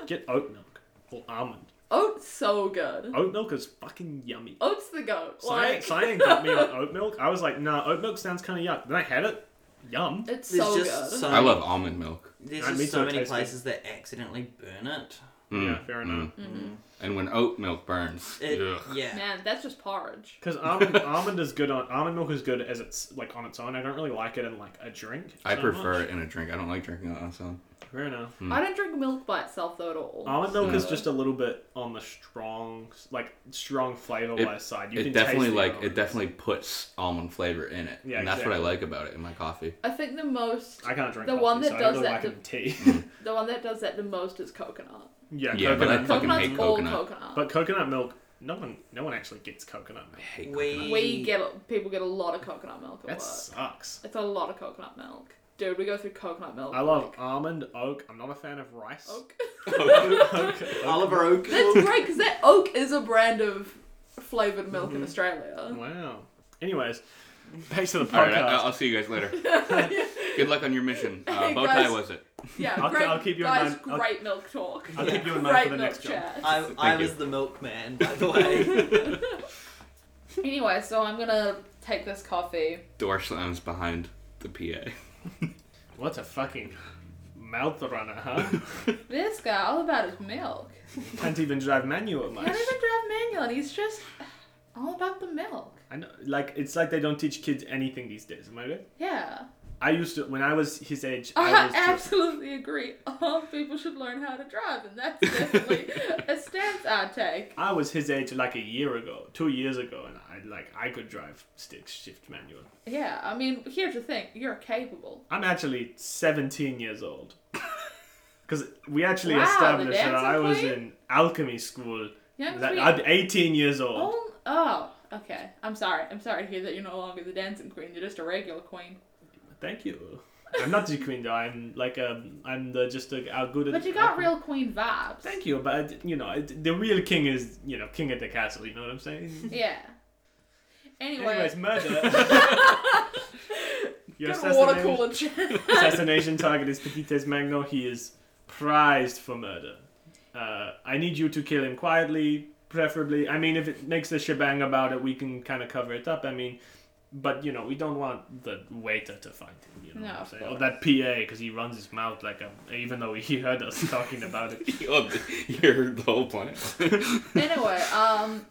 Speaker 5: Get oat milk or almond.
Speaker 3: Oat's so good.
Speaker 5: Oat milk is fucking yummy.
Speaker 3: Oat's the goat.
Speaker 5: Cyan,
Speaker 3: Oh, Like,
Speaker 5: Cyan
Speaker 3: *laughs*
Speaker 5: got me on oat milk. I was like, nah, oat milk sounds kind of yuck. Then I had it. Yum.
Speaker 3: it's
Speaker 4: There's
Speaker 3: so
Speaker 4: just
Speaker 3: good.
Speaker 4: so
Speaker 5: Um,
Speaker 1: I love almond milk,
Speaker 4: There's
Speaker 5: I mean,
Speaker 4: just so
Speaker 5: so
Speaker 4: many
Speaker 5: tasty.
Speaker 4: places that accidentally burn it.
Speaker 5: yeah, fair enough.
Speaker 1: Mm. and when oat milk burns,
Speaker 4: It-
Speaker 1: ugh.
Speaker 4: yeah.
Speaker 3: Man, that's just porridge.
Speaker 5: Because almond, almond is good on almond milk is good as it's like on its own. I don't really like it in like a drink.
Speaker 1: I
Speaker 5: so
Speaker 1: prefer
Speaker 5: much.
Speaker 1: it in a drink. I don't like drinking it Mm. on its own.
Speaker 5: Fair enough.
Speaker 3: I don't drink milk by itself though at all.
Speaker 5: Almond milk is
Speaker 1: Mm.
Speaker 3: So-
Speaker 5: just a little bit on the strong, like strong flavor
Speaker 1: It-
Speaker 5: wise side. You
Speaker 1: it
Speaker 5: can
Speaker 1: definitely
Speaker 5: taste the
Speaker 1: like it
Speaker 5: almonds.
Speaker 1: definitely puts almond flavor in it,
Speaker 5: Yeah,
Speaker 1: and that's what I
Speaker 5: exactly.
Speaker 1: like about it in my coffee.
Speaker 3: I think the most,
Speaker 5: I can't drink
Speaker 3: the
Speaker 5: coffee,
Speaker 3: one that
Speaker 5: so
Speaker 3: does
Speaker 5: I don't
Speaker 3: that
Speaker 5: Like
Speaker 3: to-
Speaker 5: in tea.
Speaker 3: the one that does that the most is coconut.
Speaker 5: *laughs* yeah,
Speaker 1: Mm. Yeah, but I fucking
Speaker 5: coconut.
Speaker 3: Coconut's
Speaker 1: hate
Speaker 3: all
Speaker 1: coconut.
Speaker 3: coconut.
Speaker 5: But coconut milk, no one, no one actually gets coconut
Speaker 1: I
Speaker 5: milk.
Speaker 1: hate coconut.
Speaker 4: We,
Speaker 3: we get people get a lot of coconut milk at
Speaker 5: That
Speaker 3: work.
Speaker 5: sucks.
Speaker 3: It's a lot of coconut milk, dude. We go through coconut milk.
Speaker 5: I love
Speaker 3: like,
Speaker 5: almond, oak. I'm not a fan of rice. *laughs*
Speaker 3: oak. *laughs*
Speaker 4: Oliver Oak.
Speaker 3: That's great because that oak is a brand of flavored milk
Speaker 5: Mm-hmm.
Speaker 3: in
Speaker 5: *laughs*
Speaker 3: Australia. *laughs*
Speaker 5: Wow. Anyways, back to the
Speaker 1: All right,
Speaker 5: podcast.
Speaker 1: I, I'll see you guys later. Good luck on your
Speaker 5: *laughs*
Speaker 1: mission. Uh,
Speaker 3: Hey,
Speaker 1: bow
Speaker 3: guys.
Speaker 1: tie was it?
Speaker 3: Yeah,
Speaker 5: I'll-
Speaker 3: great,
Speaker 5: I'll keep you in
Speaker 3: guys,
Speaker 5: mind- I'll-
Speaker 3: great milk talk.
Speaker 5: I'll keep you in mind
Speaker 3: great
Speaker 5: for the
Speaker 3: milk
Speaker 5: next job.
Speaker 3: chat.
Speaker 4: I, I
Speaker 1: you.
Speaker 4: was the milkman, by the way.
Speaker 3: Anyway, so I'm gonna take this coffee.
Speaker 1: Door slams behind the PA. *laughs*
Speaker 5: What a fucking mouth runner, huh?
Speaker 3: This guy, all about his milk.
Speaker 5: *laughs* Can't even drive manual,
Speaker 3: He don't
Speaker 5: much.
Speaker 3: even drive manual, and he's just all about the milk.
Speaker 5: I know, like it's like they don't teach kids anything these days. Am I right?
Speaker 3: Yeah.
Speaker 5: I used to when I was his age.
Speaker 3: I,
Speaker 5: I was just,
Speaker 3: absolutely agree. All people should learn how to drive, and that's
Speaker 5: *laughs*
Speaker 3: definitely a stance I take.
Speaker 5: I was his age like a year ago, two years ago, and I like I could drive stick shift manual.
Speaker 3: Yeah, I mean, here's the thing you're capable.
Speaker 5: I'm actually 17 years old. *laughs* Because we actually
Speaker 3: Wow, the
Speaker 5: established that
Speaker 3: dancing
Speaker 5: I was
Speaker 3: queen?
Speaker 5: in alchemy school.
Speaker 3: Young
Speaker 5: That,
Speaker 3: sweet-
Speaker 5: I'm 18 years old.
Speaker 3: Oh, oh, okay. I'm sorry. I'm sorry to hear that you're no longer the dancing queen. You're just a regular queen.
Speaker 5: Thank you. I'm not the queen though. I'm like a, I'm the, just a, a good.
Speaker 3: But you got
Speaker 5: alchemy-
Speaker 3: real queen vibes.
Speaker 5: Thank you, but you know I- the real king is you know king of the castle. You know what I'm saying?
Speaker 3: Yeah. Anyway, *laughs*
Speaker 5: Anyways, murder.
Speaker 3: good water
Speaker 5: Your assassination-
Speaker 3: cooler chat.
Speaker 5: assassination target is Petites Magno. He is prized for murder. Uh, I need you to kill him quietly, preferably. I mean, if it makes a shebang about it, we can kind of cover it up. I mean, but you know, we don't want the waiter to find him. You know
Speaker 3: No,
Speaker 5: what I'm
Speaker 3: of
Speaker 5: saying? Or that PA because he runs his mouth like a. Even though he heard us *laughs* talking about it.
Speaker 1: Oh, you heard the whole plan.
Speaker 3: anyway, um,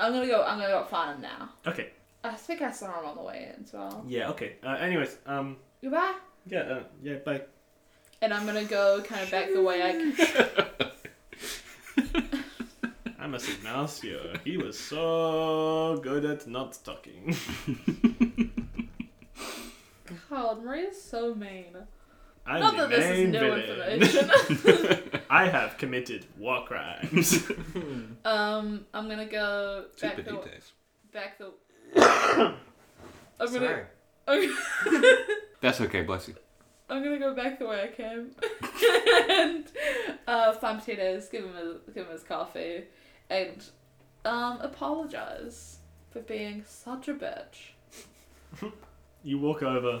Speaker 3: I'm gonna go. I'm gonna go find him now.
Speaker 5: Okay.
Speaker 3: I think I saw him on the way in as well.
Speaker 5: Yeah. Okay. Uh, anyways. Um.
Speaker 3: Goodbye.
Speaker 5: Yeah. Uh, yeah. Bye.
Speaker 3: And I'm gonna go kind of back the way I can.
Speaker 5: I miss Ignacio. He was so good at not
Speaker 1: *laughs*
Speaker 5: talking.
Speaker 3: *laughs* God, Maria's so mean.
Speaker 5: I'm
Speaker 3: Not
Speaker 5: the
Speaker 3: that this is
Speaker 5: main
Speaker 3: new
Speaker 5: villain.
Speaker 3: information.
Speaker 5: *laughs* I have committed war crimes. *laughs*
Speaker 3: um, I'm gonna go
Speaker 1: Two
Speaker 3: back the
Speaker 1: petites.
Speaker 3: back the. *laughs* I'm gonna.
Speaker 4: Sorry.
Speaker 3: I'm,
Speaker 1: That's okay, bless you.
Speaker 3: I'm gonna go back the way I came, *laughs* and uh, find potatoes, give him a, give him his coffee, and um, apologize for being such a bitch.
Speaker 1: *laughs*
Speaker 5: you walk over,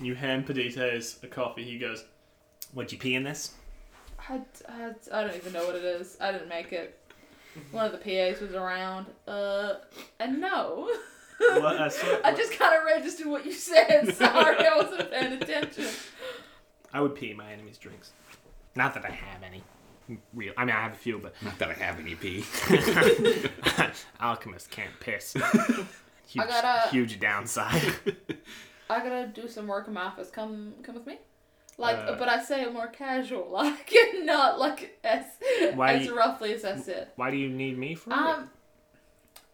Speaker 5: you hand Pedites a coffee. He goes, "Would you pee in this?"
Speaker 3: I, I, I don't even know what it is. I didn't make it. One of the PAs was around. Uh, and no.
Speaker 5: What, I swear-
Speaker 3: *laughs* I just kind of registered what you
Speaker 5: *laughs*
Speaker 3: said. Sorry, I wasn't paying attention.
Speaker 5: I would pee in my enemy's drinks. Not that I have any. Real. I mean, I have a few, but
Speaker 1: Not that I have any pee.
Speaker 5: *laughs*
Speaker 1: *laughs*
Speaker 5: alchemists can't piss. Huge,
Speaker 3: I gotta-
Speaker 5: huge downside. *laughs*
Speaker 3: I gotta do some work in my office. Come, come with me. Like,
Speaker 5: Uh,
Speaker 3: but I say it more casual, *laughs* like, not like as
Speaker 5: Why
Speaker 3: as
Speaker 5: you-
Speaker 3: roughly as I said.
Speaker 5: Why do you need me for it?
Speaker 3: Um,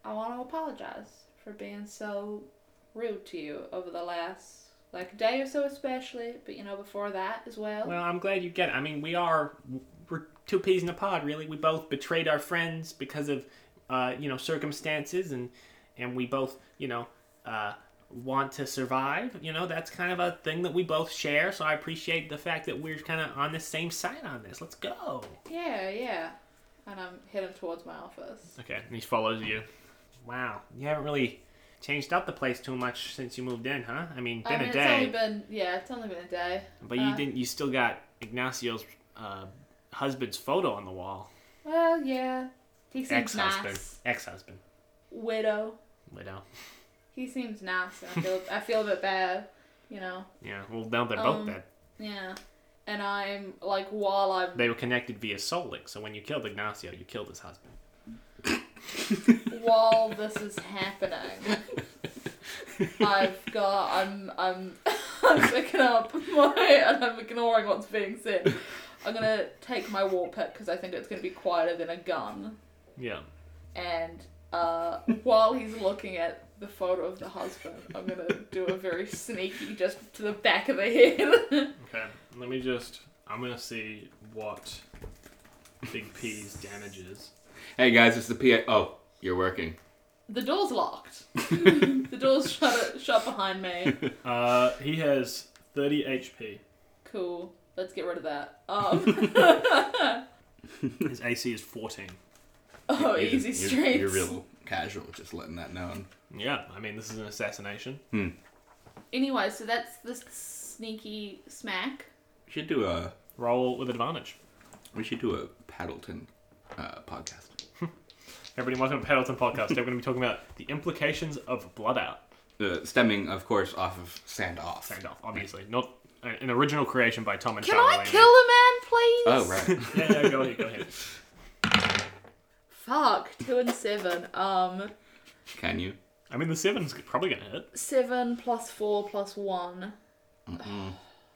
Speaker 3: I want to apologize for being so rude to you over the last like day or so, especially. But you know, before that as well.
Speaker 5: Well, I'm glad you get it. I mean, we are we're two peas in a pod, really. We both betrayed our friends because of uh, you know circumstances, and and we both you know uh, want to survive. You know, that's kind of a thing that we both share. So I appreciate the fact that we're kind of on the same side on this. Let's go.
Speaker 3: yeah, yeah. And I'm heading towards my office.
Speaker 2: Okay, and he follows you.
Speaker 5: Wow, you haven't really changed up the place too much since you moved in, huh? I mean,
Speaker 3: I
Speaker 5: been
Speaker 3: mean,
Speaker 5: a
Speaker 3: it's only
Speaker 5: day,
Speaker 3: been yeah, it's only been a day.
Speaker 2: But you
Speaker 3: Uh,
Speaker 2: didn't. You still got Ignacio's uh, husband's photo on the wall.
Speaker 3: Well, yeah. He seems
Speaker 2: Ex-husband.
Speaker 3: nice.
Speaker 2: Ex-husband,
Speaker 3: Widow.
Speaker 2: widow.
Speaker 3: He seems nice. And I feel I feel a bit bad, you know.
Speaker 2: Yeah. Well, now they're
Speaker 3: Um,
Speaker 2: both dead.
Speaker 3: Yeah. And I'm like while I'm
Speaker 2: They were connected via soul link. So when you killed Ignacio, you killed his husband.
Speaker 3: while this is happening, I've got I'm I'm *laughs* I'm picking up my and I'm ignoring what's being said. I'm gonna take my war pick because I think it's gonna be quieter than a gun.
Speaker 2: Yeah.
Speaker 3: And *laughs* uh, while he's looking at the photo of the husband, I'm gonna do a very sneaky just to the back of the head. *laughs*
Speaker 5: Okay, let me just. I'm gonna see what Big P's damage is.
Speaker 1: Hey guys, it's the PA. Oh, you're working.
Speaker 3: The door's *laughs* locked. the door's shut, shut behind me.
Speaker 5: Uh, he has 30 HP.
Speaker 3: Cool. Let's get rid of that. *laughs* Um,
Speaker 5: His AC is 14.
Speaker 3: oh,
Speaker 1: You're
Speaker 3: easy
Speaker 1: just-
Speaker 3: streets.
Speaker 1: You're, you're real casual, just letting that known.
Speaker 5: Yeah, I mean, this is an assassination.
Speaker 3: Anyway, so that's the sneaky smack.
Speaker 1: We should do a
Speaker 5: Roll with advantage.
Speaker 1: we should do a Paddleton uh, podcast.
Speaker 5: Everybody, welcome to Paddleton Podcast. Today We're going to be talking about the implications of Blood Out.
Speaker 1: Uh, stemming, of course, off of Sand Off.
Speaker 5: Fair enough, obviously. Not a- an original creation by Tom and
Speaker 3: Can I
Speaker 5: Charlie.
Speaker 3: kill a
Speaker 1: Oh
Speaker 3: man,
Speaker 1: right.
Speaker 3: please?
Speaker 5: Yeah, yeah, go ahead, go ahead.
Speaker 3: Fuck. Two and seven. Um,
Speaker 1: Can you?
Speaker 5: I mean, the seven's probably going to hit.
Speaker 3: seven plus four plus one. *sighs*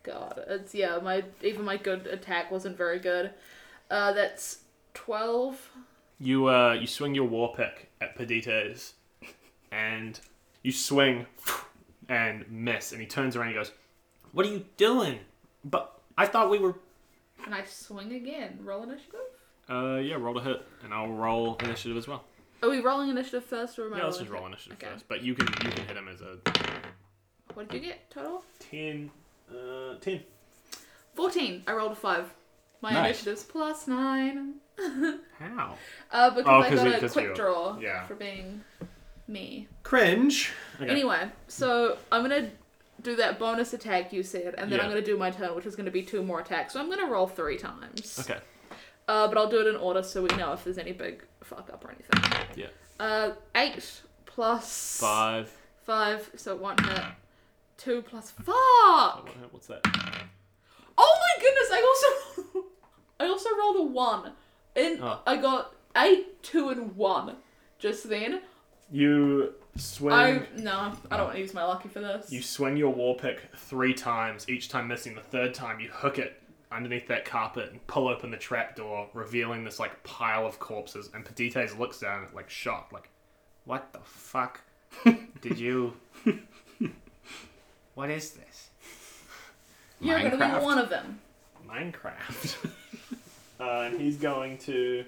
Speaker 3: God, it's yeah. My even my good attack wasn't very good. Uh, that's twelve.
Speaker 5: You uh, you swing your war pick at Pedito's, and you swing and miss, and he turns around and goes, "What are you doing?" But I thought we were.
Speaker 3: And I swing again. Roll initiative.
Speaker 5: Uh, yeah, roll to hit, and I'll roll initiative as well.
Speaker 3: Are we rolling initiative first or am I
Speaker 5: Yeah, let's
Speaker 3: rolling
Speaker 5: just roll
Speaker 3: initiative?
Speaker 5: initiative
Speaker 3: Okay.
Speaker 5: first. But you can you can hit him as a
Speaker 3: What did you get total?
Speaker 5: ten. Uh, ten.
Speaker 3: 14. I rolled a 5. My
Speaker 1: Nice.
Speaker 3: initiative's plus 9.
Speaker 5: How?
Speaker 3: Uh,
Speaker 5: Oh,
Speaker 3: because I
Speaker 5: 'cause it-
Speaker 3: got a
Speaker 5: 'cause you-
Speaker 3: quick draw
Speaker 5: yeah.
Speaker 3: for being me.
Speaker 5: Cringe. Okay.
Speaker 3: Anyway, so I'm going to do that bonus attack you said, and then I'm
Speaker 5: Yeah.
Speaker 3: going to do my turn, which is going to be two more attacks. So I'm going to roll three times.
Speaker 5: Okay.
Speaker 3: Uh, but I'll do it in order so we know if there's any big fuck up or anything.
Speaker 5: Yeah.
Speaker 3: Uh, 8 plus
Speaker 5: Five.
Speaker 3: 5, so it won't hit. 2 plus fuck!
Speaker 5: Oh, what- What's that?
Speaker 3: Oh my goodness! I also, *laughs* I also rolled a one, and
Speaker 5: Oh.
Speaker 3: I got eight, two, and one just then.
Speaker 5: You swing.
Speaker 3: I no, I don't want to use my lucky for this.
Speaker 5: You swing your war pick three times, each time missing. The third time, you hook it underneath that carpet and pull open the trapdoor, revealing this like pile of corpses. And Pedites looks down at it, like shocked, like, "What the fuck *laughs* did you? *laughs* what is this?
Speaker 3: You're gonna
Speaker 1: Minecraft.
Speaker 3: be one of them.
Speaker 5: Minecraft?" uh, and he's going to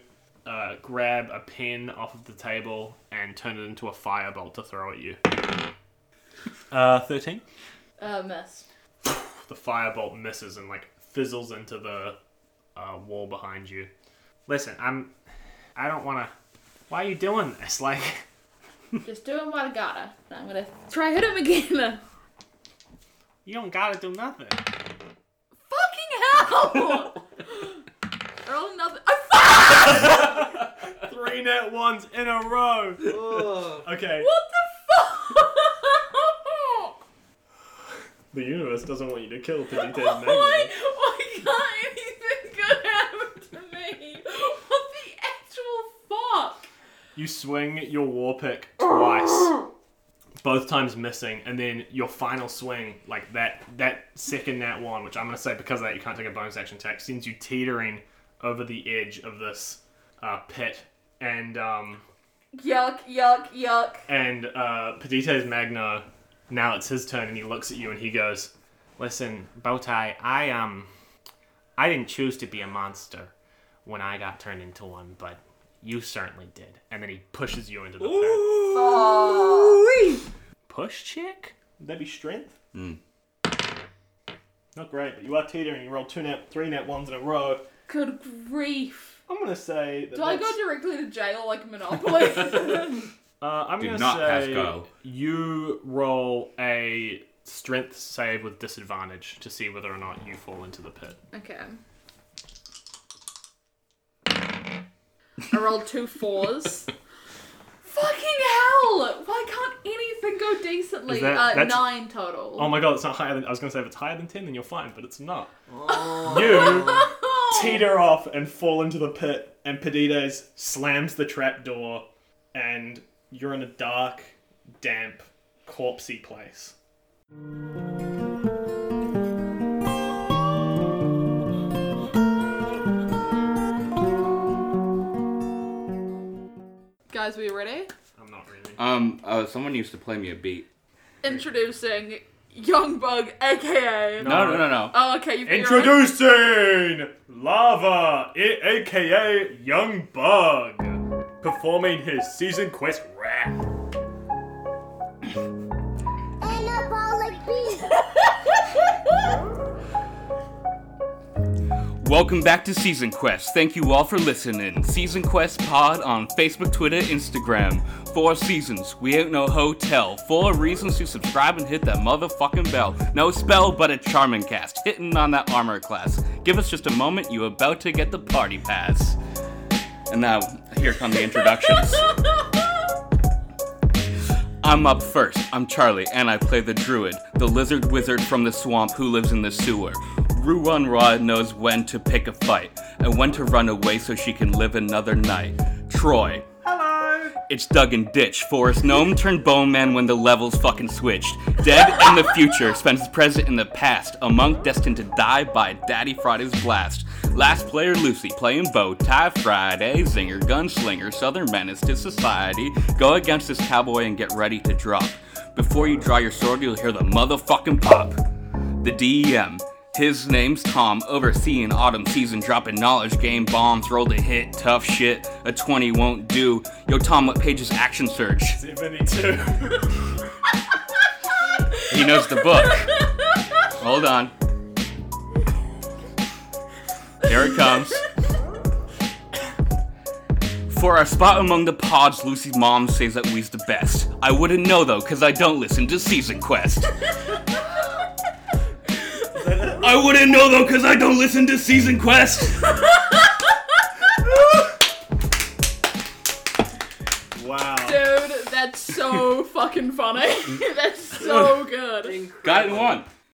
Speaker 5: uh, grab a pen off of the table and turn it into a firebolt to throw at you. Uh, thirteen.
Speaker 3: Uh, miss.
Speaker 5: the firebolt misses and like fizzles into the uh, wall behind you. Listen, I'm. I don't want to. Why are you doing this? *laughs* Like,
Speaker 3: Just doing what I gotta. And I'm gonna try hit him again.
Speaker 5: You don't gotta do nothing.
Speaker 3: *laughs* Fucking
Speaker 5: *laughs*
Speaker 3: hell! Roll another. I
Speaker 5: Three net ones in a row.
Speaker 4: Oh,
Speaker 5: Okay.
Speaker 3: What the fuck?
Speaker 5: The universe doesn't want you to kill because
Speaker 3: *laughs*
Speaker 5: you
Speaker 3: Why? Why can't anything good happen to me? What the actual fuck?
Speaker 5: You swing your war pick twice, both times missing, and then your final swing, like that that second nat one, which I'm gonna say because of that you can't take a bonus action attack, sends you teetering over the edge of this uh, pit, and um,
Speaker 3: Yuck! Yuck! Yuck!
Speaker 5: and uh, Pedite's Magno. Now it's his turn, and he looks at you and he goes, "Listen, Bowtie, I um, I didn't choose to be a monster when I got turned into one, but you certainly did." And then he pushes you into the pit. Push check? Would that be strength?
Speaker 1: Hmm.
Speaker 5: Not great, but you are teetering. You roll two net, three net ones in a row.
Speaker 3: Good grief!
Speaker 5: I'm gonna say. That
Speaker 3: Do I go
Speaker 5: that's-
Speaker 3: directly to jail like
Speaker 5: *laughs*
Speaker 3: Monopoly?
Speaker 5: Uh, I'm
Speaker 1: Do
Speaker 5: gonna
Speaker 1: not pass
Speaker 5: say
Speaker 1: go.
Speaker 5: you roll a strength save with disadvantage to see whether or not you fall into the pit.
Speaker 3: okay. I rolled two fours. Fucking hell! Why can't anything go decently?
Speaker 5: Is that-
Speaker 3: uh,
Speaker 5: that's-
Speaker 3: nine total.
Speaker 5: Oh my god, it's not higher than I was gonna say if it's higher than ten, then you're fine, but it's not.
Speaker 4: oh.
Speaker 5: You
Speaker 3: *laughs* Oh.
Speaker 5: teeter off and fall into the pit, and Pedides slams the trap door, and you're in a dark, damp, corpsey place.
Speaker 3: Guys, we ready?
Speaker 5: I'm not really.
Speaker 1: Um, uh, someone needs to play me a beat.
Speaker 3: Introducing Young Bug, aka.
Speaker 1: No, no, no, no.
Speaker 3: Oh, okay. You've Introduce.
Speaker 5: Introducing Lava, i- aka Young Bug, performing his season quest rap.
Speaker 6: Anabolic beat.
Speaker 1: Welcome back to Season Quest. Thank you all for listening. Season Quest Pod on Facebook, Twitter, Instagram. Four seasons. We ain't no hotel. Four reasons to subscribe and hit that motherfucking bell. No spell, but a charming cast. Hitting on that armor class. Give us just a moment. You about to get the party pass. And now here come the introductions. I'm up first. I'm Charlie, and I play the druid, the lizard wizard from the swamp who lives in the sewer. Ruan Ra knows when to pick a fight and when to run away so she can live another night. Troy.
Speaker 4: Hello.
Speaker 1: It's Doug and Ditch, forest gnome turned bone man when the levels fucking switched. Dead in the future, spends his present in the past, a monk destined to die by Daddy Friday's blast. Last player Lucy, playing bow, tie Friday, zinger, gunslinger, southern menace to society. Go against this cowboy and get ready to drop. Before you draw your sword, you'll hear the motherfucking pop the DEM. His name's Tom, overseeing autumn season, dropping knowledge game bombs, roll to hit, tough shit, a 20 won't do. Yo, Tom, what page is Action Surge?
Speaker 5: 72.
Speaker 1: He knows the book. Hold on. Here it comes. For our spot among the pods, Lucy's mom says that we's the best. I wouldn't know though, cause I don't listen to Season Quest. I wouldn't know though, cause I don't listen to Season Quest.
Speaker 5: *laughs* Wow.
Speaker 3: *laughs* Dude, that's so fucking funny. that's so good.
Speaker 1: Got it in one.